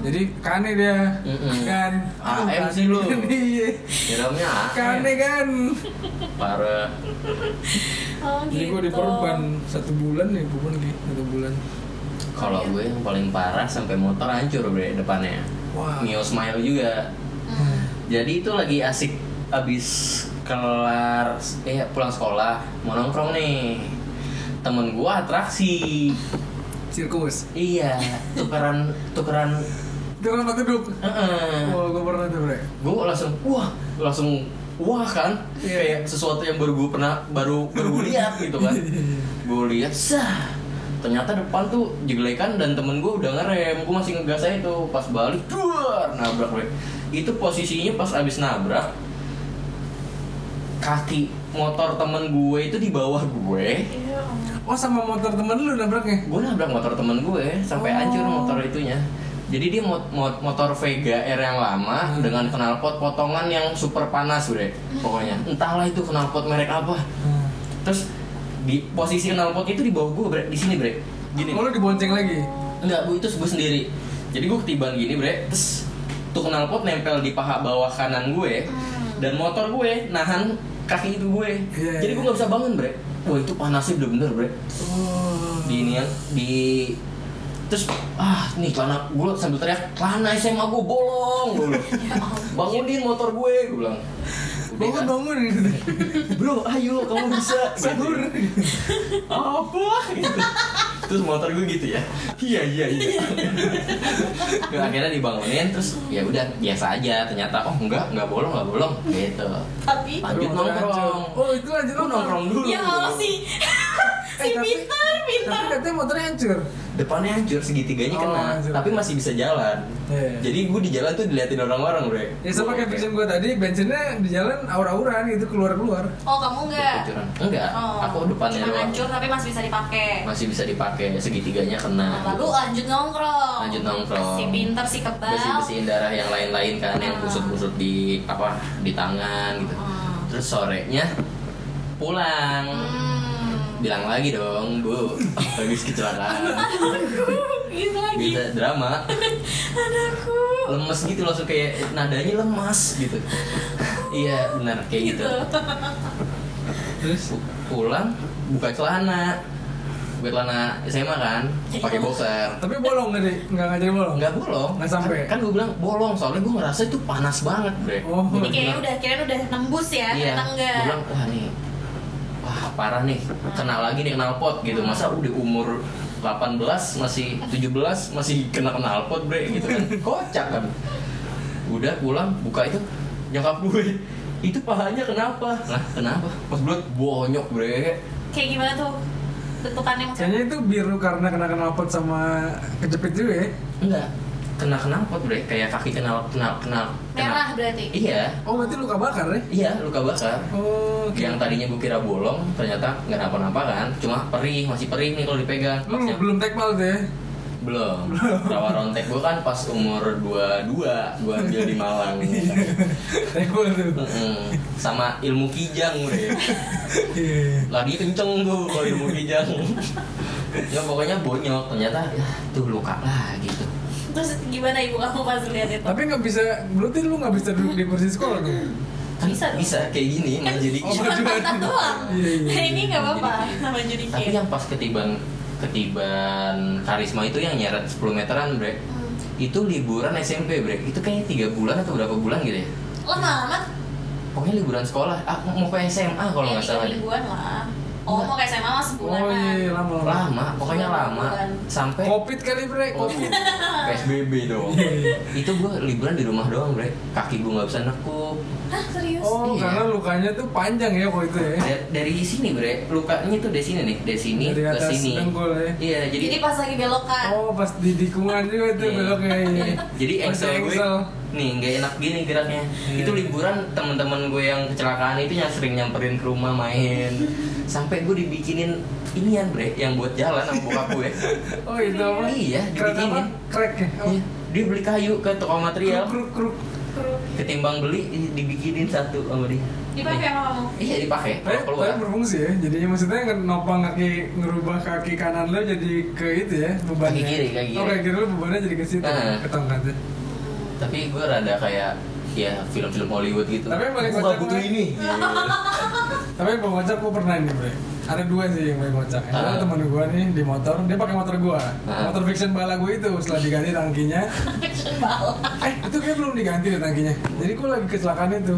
Speaker 3: Jadi kane dia
Speaker 1: Hmm. Mm-mm.
Speaker 3: kan.
Speaker 1: AM
Speaker 3: Aduh,
Speaker 1: sih lu.
Speaker 3: <laughs>
Speaker 1: Ah, iya.
Speaker 3: Iya.
Speaker 1: dalamnya
Speaker 3: Kane kan.
Speaker 1: ya? parah
Speaker 2: Oh, gitu.
Speaker 3: Jadi gue diperban satu bulan nih, bukan gitu, satu bulan.
Speaker 1: kalau gue yang paling parah sampai motor hancur bre depannya
Speaker 3: Wah.
Speaker 1: Mio Smile juga
Speaker 2: Hmm.
Speaker 1: Jadi itu lagi asik abis kelar eh pulang sekolah mau nongkrong nih. Temen gua atraksi.
Speaker 3: Sirkus.
Speaker 1: Iya, tukeran tukeran
Speaker 3: Itu kan tempat duduk.
Speaker 1: Iya. Heeh.
Speaker 3: Wah, gue pernah tuh, Bre.
Speaker 1: Gua langsung wah, langsung wah kan kayak
Speaker 3: Iya.
Speaker 1: sesuatu yang baru gua pernah baru baru gua lihat gitu kan. Gua lihat sah. Ternyata depan tuh jeglekan dan temen gua udah ngerem, gua masih ngegas aja tuh pas balik, duar, nabrak bre. Itu posisinya pas abis nabrak, kaki motor temen gue itu di bawah gue
Speaker 2: Iya.
Speaker 3: Oh, sama motor temen lu nabraknya?
Speaker 1: gue nabrak motor temen gue sampai
Speaker 3: Oh.
Speaker 1: hancur motor itunya jadi dia mot- mot- motor Vega R yang lama
Speaker 3: Hmm.
Speaker 1: dengan knalpot potongan yang super panas bre pokoknya entahlah itu knalpot merek apa terus di posisi knalpot itu di bawah gue bre di sini bre gini
Speaker 3: Oh, lu dibonceng lagi?
Speaker 1: enggak gue itu gue sendiri jadi gue ketiban gini bre terus tuh knalpot nempel di paha bawah kanan gue
Speaker 3: Hmm.
Speaker 1: dan motor gue nahan kaki itu gue
Speaker 3: Iya,
Speaker 1: jadi gue
Speaker 3: iya.
Speaker 1: nggak bisa bangun bre wah itu panasnya bener-bener bre
Speaker 3: Oh.
Speaker 1: di ini yang di terus ah nih celana gue sambil teriak celana SMA gue bolong gue
Speaker 3: <laughs>
Speaker 1: bilang. bangunin motor gue gue bilang Udah,
Speaker 3: Ya Bangun
Speaker 1: kan?
Speaker 3: bangun gitu.
Speaker 1: bro ayo kamu bisa
Speaker 3: <laughs> Sahur.
Speaker 1: apa gitu terus motor gue gitu ya iya iya iya Terus akhirnya dibangunin terus ya udah biasa aja ternyata oh enggak enggak bolong enggak bolong gitu
Speaker 2: tapi
Speaker 1: lanjut
Speaker 3: Aduh,
Speaker 1: nongkrong
Speaker 3: hancur. Oh itu lanjut
Speaker 1: Lu nongkrong dulu
Speaker 2: ya Allah
Speaker 3: <laughs>
Speaker 2: sih si
Speaker 3: Eh, tapi-
Speaker 2: pintar pintar
Speaker 3: Tapi kan- katanya motornya hancur.
Speaker 1: depannya hancur segitiganya
Speaker 3: Oh,
Speaker 1: kena
Speaker 3: hancur.
Speaker 1: tapi masih bisa jalan
Speaker 3: Iya.
Speaker 1: jadi gue di jalan tuh diliatin orang-orang bre
Speaker 3: Ya sama kayak bensin gue tadi, bensinnya di jalan aur-auran gitu keluar-keluar.
Speaker 2: oh kamu enggak
Speaker 1: Kecuran. enggak
Speaker 2: oh
Speaker 1: aku ya, depannya
Speaker 2: cuma
Speaker 1: doang.
Speaker 2: hancur tapi masih bisa dipakai
Speaker 1: masih bisa dipakai segitiganya kena
Speaker 2: lalu lanjut nongkrong
Speaker 1: Nah. Lanjut nongkrong.
Speaker 2: si oh, pintar si kebal
Speaker 1: besi-besiin darah yang lain-lain kan yang
Speaker 2: Ah.
Speaker 1: kusut-kusut di apa di tangan gitu
Speaker 2: Ah.
Speaker 1: terus sorenya pulang
Speaker 2: Hmm. <laughs>
Speaker 1: bilang lagi dong bu habis kecelakaan
Speaker 2: gitu lagi
Speaker 1: bisa drama
Speaker 2: anakku
Speaker 1: lemes gitu langsung kayak nadanya lemas gitu iya benar kayak gitu
Speaker 3: Terus
Speaker 1: Bu- pulang buka celana buka celana SMA kan pakai boxer
Speaker 3: tapi bolong tadi, nggak ngajarin bolong.
Speaker 1: nggak bolong
Speaker 3: Nggak sampai.
Speaker 1: kan, gue bilang bolong soalnya gue ngerasa itu panas banget bre
Speaker 3: Oh.
Speaker 1: Gua
Speaker 2: jadi Iya, kayaknya
Speaker 1: bilang-
Speaker 2: udah kirain udah nembus ya
Speaker 1: iya
Speaker 2: ternyata enggak
Speaker 1: gue bilang wah nih wah parah nih kena lagi nih kenal pot gitu masa udah umur 18 masih 17 masih kena kenal pot bre gitu <laughs> kan kocak kan udah pulang buka itu nyokap gue itu pahanya kenapa lah kenapa pas bulat bonyok bre
Speaker 2: kayak gimana tuh bentukannya maksudnya
Speaker 3: Kayaknya itu biru karena kena knalpot sama kejepit juga ya.
Speaker 1: enggak kena kenal pot bre kayak kaki kenal kenal kenal
Speaker 2: merah berarti
Speaker 1: iya
Speaker 3: Oh berarti luka bakar ya?
Speaker 1: iya luka bakar
Speaker 3: Oh, oke.
Speaker 1: yang tadinya gue kira bolong ternyata nggak napa-napa kan cuma perih masih perih nih kalau dipegang
Speaker 3: Lu
Speaker 1: Pasnya-
Speaker 3: belum tekmal tuh
Speaker 1: <laughs>
Speaker 3: ya?
Speaker 1: belum rawa rontek gue kan pas umur 22 gue ambil di Malang
Speaker 3: Tekmal tuh.
Speaker 1: Mm-mm. sama ilmu kijang gue
Speaker 3: Iya.
Speaker 1: lagi kenceng gue kalau ilmu kijang ya pokoknya bonyok ternyata ya, tuh luka lah gitu
Speaker 2: terus gimana ibu kamu pas lihat itu
Speaker 3: Tapi nggak bisa, berarti lu nggak bisa duduk di kursi sekolah tuh?
Speaker 1: kan
Speaker 2: Bisa dong.
Speaker 1: bisa kayak gini main jadi
Speaker 3: Oh,
Speaker 2: cuma
Speaker 1: <laughs>
Speaker 3: baju
Speaker 2: pantat
Speaker 3: baju.
Speaker 2: doang
Speaker 3: Iya, iya.
Speaker 2: Nah, ini nggak apa-apa sama judi
Speaker 1: tapi yang pas ketiban ketiban karisma itu yang nyeret 10 meteran bre
Speaker 2: Hmm.
Speaker 1: itu liburan SMP bre itu kayaknya tiga bulan atau berapa bulan gitu ya
Speaker 2: lama amat
Speaker 1: pokoknya liburan sekolah ah, mau ke SMA kalau
Speaker 2: ya
Speaker 1: nggak
Speaker 2: tiga
Speaker 1: salah deh
Speaker 2: mingguan lah oh
Speaker 1: Enggak.
Speaker 2: mau kayak SMA mas
Speaker 3: Oh iya,
Speaker 2: bulanan
Speaker 3: lama-lama.
Speaker 1: lama pokoknya lama
Speaker 2: Bukan.
Speaker 1: sampai
Speaker 3: Covid kali bre,
Speaker 1: Oh,
Speaker 3: covid.
Speaker 1: PSBB dong iya. itu gue liburan di rumah doang bre kaki gue nggak bisa nekuk
Speaker 2: Hah, serius
Speaker 3: Oh,
Speaker 1: Iya.
Speaker 3: karena lukanya tuh panjang ya kalau itu ya.
Speaker 1: Da- dari sini bre lukanya tuh dari sini nih dari sini
Speaker 3: Dari
Speaker 1: ke
Speaker 3: atas
Speaker 1: sini
Speaker 3: dengkul ya.
Speaker 1: iya jadi
Speaker 2: jadi pas lagi kan? belokan
Speaker 3: Oh, pas di dikungan juga tuh
Speaker 1: Iya.
Speaker 3: beloknya
Speaker 1: Iya.
Speaker 3: ini.
Speaker 1: jadi engsel gue nih nggak enak gini geraknya
Speaker 3: Iya.
Speaker 1: itu liburan teman-teman gue yang kecelakaan itu yang sering nyamperin ke rumah main sampai gue dibikinin inian bre yang buat jalan sama bokap gue
Speaker 3: <laughs> Oh, itu apa?
Speaker 1: Iya,
Speaker 3: Krek apa?
Speaker 1: dibikinin.
Speaker 3: Krek ya? Oh,
Speaker 1: Iya, dia beli kayu ke toko material
Speaker 3: Kruk, kruk, kruk.
Speaker 1: ketimbang beli i- dibikinin satu sama dia
Speaker 2: dipakai sama kamu
Speaker 1: iya dipakai
Speaker 3: Tapi,
Speaker 1: kalau keluar
Speaker 3: tapi berfungsi ya, jadinya maksudnya nge- nopang kaki, ngerubah kaki kanan lo jadi ke itu ya, bebannya
Speaker 1: Kaki kiri, kaki kiri.
Speaker 3: Oh, kaki kiri lo bebannya jadi ke situ,
Speaker 1: Nah.
Speaker 3: ke ya. tongkatnya
Speaker 1: tapi gue rada kayak ya film-film Hollywood gitu
Speaker 3: Tapi yang paling
Speaker 1: Gua
Speaker 3: kocak
Speaker 1: nggak butuh
Speaker 3: mah-
Speaker 1: ini
Speaker 4: Iya.
Speaker 3: Tapi yang paling kocak gue pernah ini bre Ada dua sih yang paling kocak Yang
Speaker 1: Ah.
Speaker 3: Ada teman gue nih di motor, dia pakai motor gue
Speaker 1: Ah.
Speaker 3: Motor fiction bala gue itu, setelah diganti
Speaker 1: <laughs>
Speaker 3: tangkinya
Speaker 2: action bala
Speaker 3: Eh, itu kayak belum diganti deh tangkinya. Jadi gue lagi kecelakaan itu.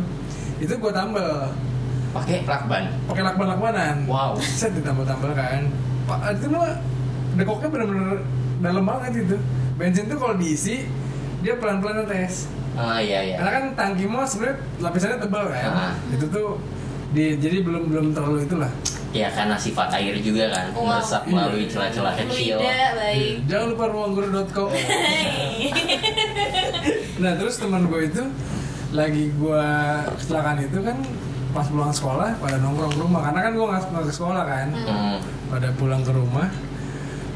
Speaker 3: Itu gue tambel.
Speaker 1: pakai lakban
Speaker 3: Pakai lakban-lakbanan.
Speaker 1: Wow.
Speaker 3: Set ditambal-tambal kan. Pak, itu mah dekoknya bener-bener dalam banget itu. Bensin tuh kalau diisi, dia pelan-pelan netes.
Speaker 1: ah iya iya
Speaker 3: Karena kan tangki mos sebenarnya lapisannya tebal kan.
Speaker 1: Ah.
Speaker 3: Itu tuh di, jadi belum belum terlalu itulah.
Speaker 1: ya karena sifat air juga kan
Speaker 2: Wow.
Speaker 1: meresap melalui celah-celah kecil
Speaker 2: Fluida baik
Speaker 3: Iya, Jangan lupa ruangguru.com. Nah terus teman gue itu lagi gue kecelakaan itu kan pas pulang sekolah pada nongkrong ke rumah karena kan gue nggak nggak ke sekolah kan
Speaker 1: Hmm.
Speaker 3: pada pulang ke rumah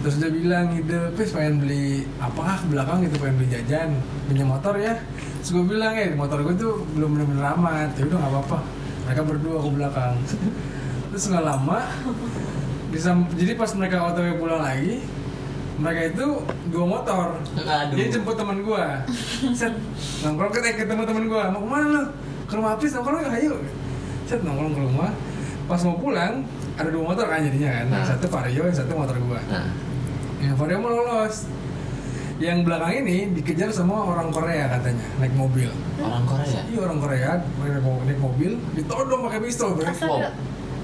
Speaker 3: terus dia bilang gitu pis pengen beli apa ah, ke belakang gitu pengen beli jajan punya motor ya terus gue bilang ya motor gue tuh belum bener-bener amat ya udah nggak apa-apa mereka berdua ke belakang terus nggak lama bisa jadi pas mereka otw pulang lagi mereka itu gua motor
Speaker 1: Aduh.
Speaker 3: dia jemput teman gua set nongkrong ke eh, ketemu teman gua mau kemana lu ke rumah Apis nongkrong yuk ayo set nongkrong ke rumah pas mau pulang ada dua motor kan jadinya kan Yang
Speaker 1: Nah.
Speaker 3: satu Vario yang satu motor gua
Speaker 1: Nah,
Speaker 3: yang Vario mau lolos yang belakang ini dikejar sama orang Korea katanya naik mobil
Speaker 1: orang Korea.
Speaker 3: iya orang Korea naik mo- naik mobil ditodong pakai pistol bro
Speaker 2: Astaga.
Speaker 1: Wow.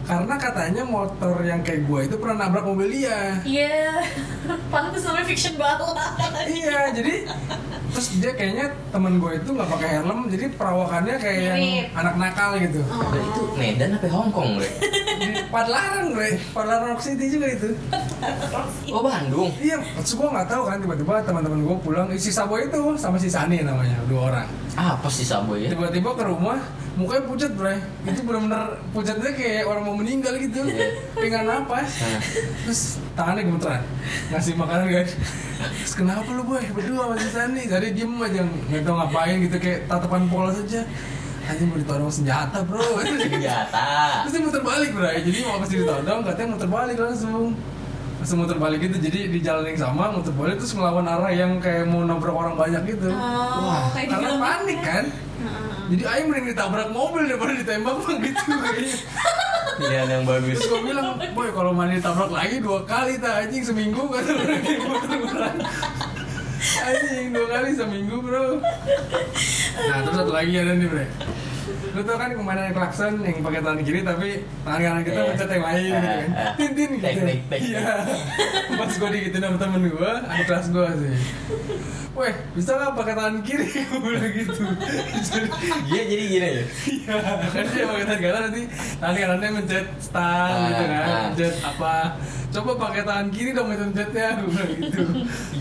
Speaker 3: karena katanya motor yang kayak gua itu pernah nabrak mobil dia
Speaker 2: Iya, <laughs> pantas namanya fiction bala.
Speaker 3: iya jadi terus dia kayaknya teman gue itu nggak pakai helm jadi perawakannya kayak yang
Speaker 2: Mirip.
Speaker 3: anak nakal gitu
Speaker 2: Oh.
Speaker 1: Dan itu Medan apa Hong Kong,
Speaker 2: <laughs>
Speaker 1: Bre?
Speaker 3: di Padalarang bre Padalarang Rock City juga itu
Speaker 1: Oh, Bandung.
Speaker 3: iya terus gue nggak tahu kan tiba-tiba teman-teman gue pulang eh, si Sabo itu sama si Sani namanya dua orang
Speaker 1: Ah, apa sih Saboy ya?
Speaker 3: tiba-tiba ke rumah mukanya pucat bre itu benar-benar pucatnya kayak orang mau meninggal gitu
Speaker 1: Iya.
Speaker 3: pengen napas
Speaker 1: Nah.
Speaker 3: terus tangannya gemeteran ngasih makanan guys terus kenapa lu boy berdua sama si Sani tadi diem aja nggak tau ngapain gitu kayak tatapan polos aja aja mau ditodong senjata bro <laughs> terus
Speaker 1: Senjata.
Speaker 3: dia muter balik bro jadi mau kasih ditodong katanya muter balik langsung langsung muter balik gitu jadi di jalan yang sama muter balik terus melawan arah yang kayak mau nabrak orang banyak gitu
Speaker 2: Oh, kayak di
Speaker 3: karena
Speaker 2: film. ya?
Speaker 3: panik kan jadi ayah mending ditabrak mobil daripada ditembak bang gitu kayaknya.
Speaker 1: Pilihan yang bagus.
Speaker 3: Terus gue bilang, boy kalau mandi ditabrak lagi dua kali tak anjing seminggu kata gue kayak gitu, beneran. Anjing dua kali seminggu bro Nah terus satu lagi ada nih bre Lu tau kan kemarin yang klakson yang pakai tangan kiri tapi tangan kanan kita
Speaker 1: Iya.
Speaker 3: pencet yang lain gitu kan
Speaker 1: Eh, eh.
Speaker 3: Tin tin gitu
Speaker 1: Teknik, teknik.
Speaker 3: Iya Pas gue digituin sama temen gue, ada kelas gue sih Weh, bisa nggak pakai tangan kiri? <laughs> Gue bilang gitu Jadi
Speaker 1: Iya, jadi gini ya.
Speaker 3: Iya, kan dia pakai tangan kanan nanti tangan kanannya mencet stang
Speaker 1: Ah,
Speaker 3: gitu kan,
Speaker 1: ah.
Speaker 3: mencet apa. Coba pakai tangan kiri dong mencet-mencetnya, gue bilang gitu.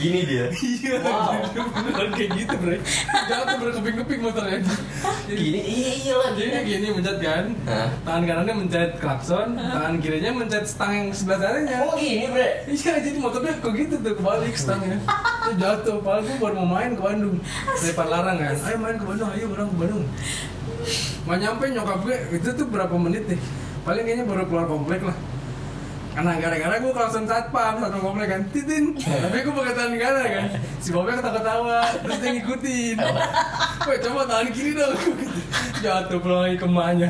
Speaker 1: Gini dia.
Speaker 3: Iya,
Speaker 1: Wow.
Speaker 3: gitu, beneran kayak gitu bre. Jatuh berkeping-keping motornya. Jadi
Speaker 1: Gini, iya iya lagi.
Speaker 3: jadi dia gini mencet kan,
Speaker 1: Hah?
Speaker 3: tangan kanannya mencet klakson, tangan kirinya mencet stang yang sebelah sananya.
Speaker 1: Oh, gini, Bre.
Speaker 3: <laughs> Iya, jadi motornya kok gitu tuh kebalik stangnya. Terus jatuh, padahal gue baru mau main ke Bandung. Dari larang kan, ayo main ke Bandung, ayo orang ke Bandung. Mau nyampe nyokap gue, itu tuh berapa menit deh? Paling kayaknya baru keluar komplek lah. Karena gara-gara gue langsung satpam, satpam komplek kan, titin. Tapi gue pakai tangan kanan kan, si bapaknya ketawa-ketawa, terus dia ngikutin. Woi coba tangan kiri dong, jatuh pulang lagi kemahnya.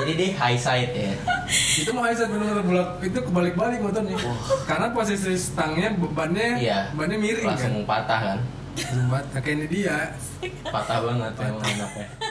Speaker 1: Jadi dia high side ya.
Speaker 3: itu mah Aisyah benar-benar bolak itu kebalik-balik motornya karena posisi stangnya bebannya
Speaker 1: Iya.
Speaker 3: bebannya miring
Speaker 1: Langsung patah kan.
Speaker 3: kan Langsung banget. nah, kayak ini dia
Speaker 1: Patah banget emang anaknya.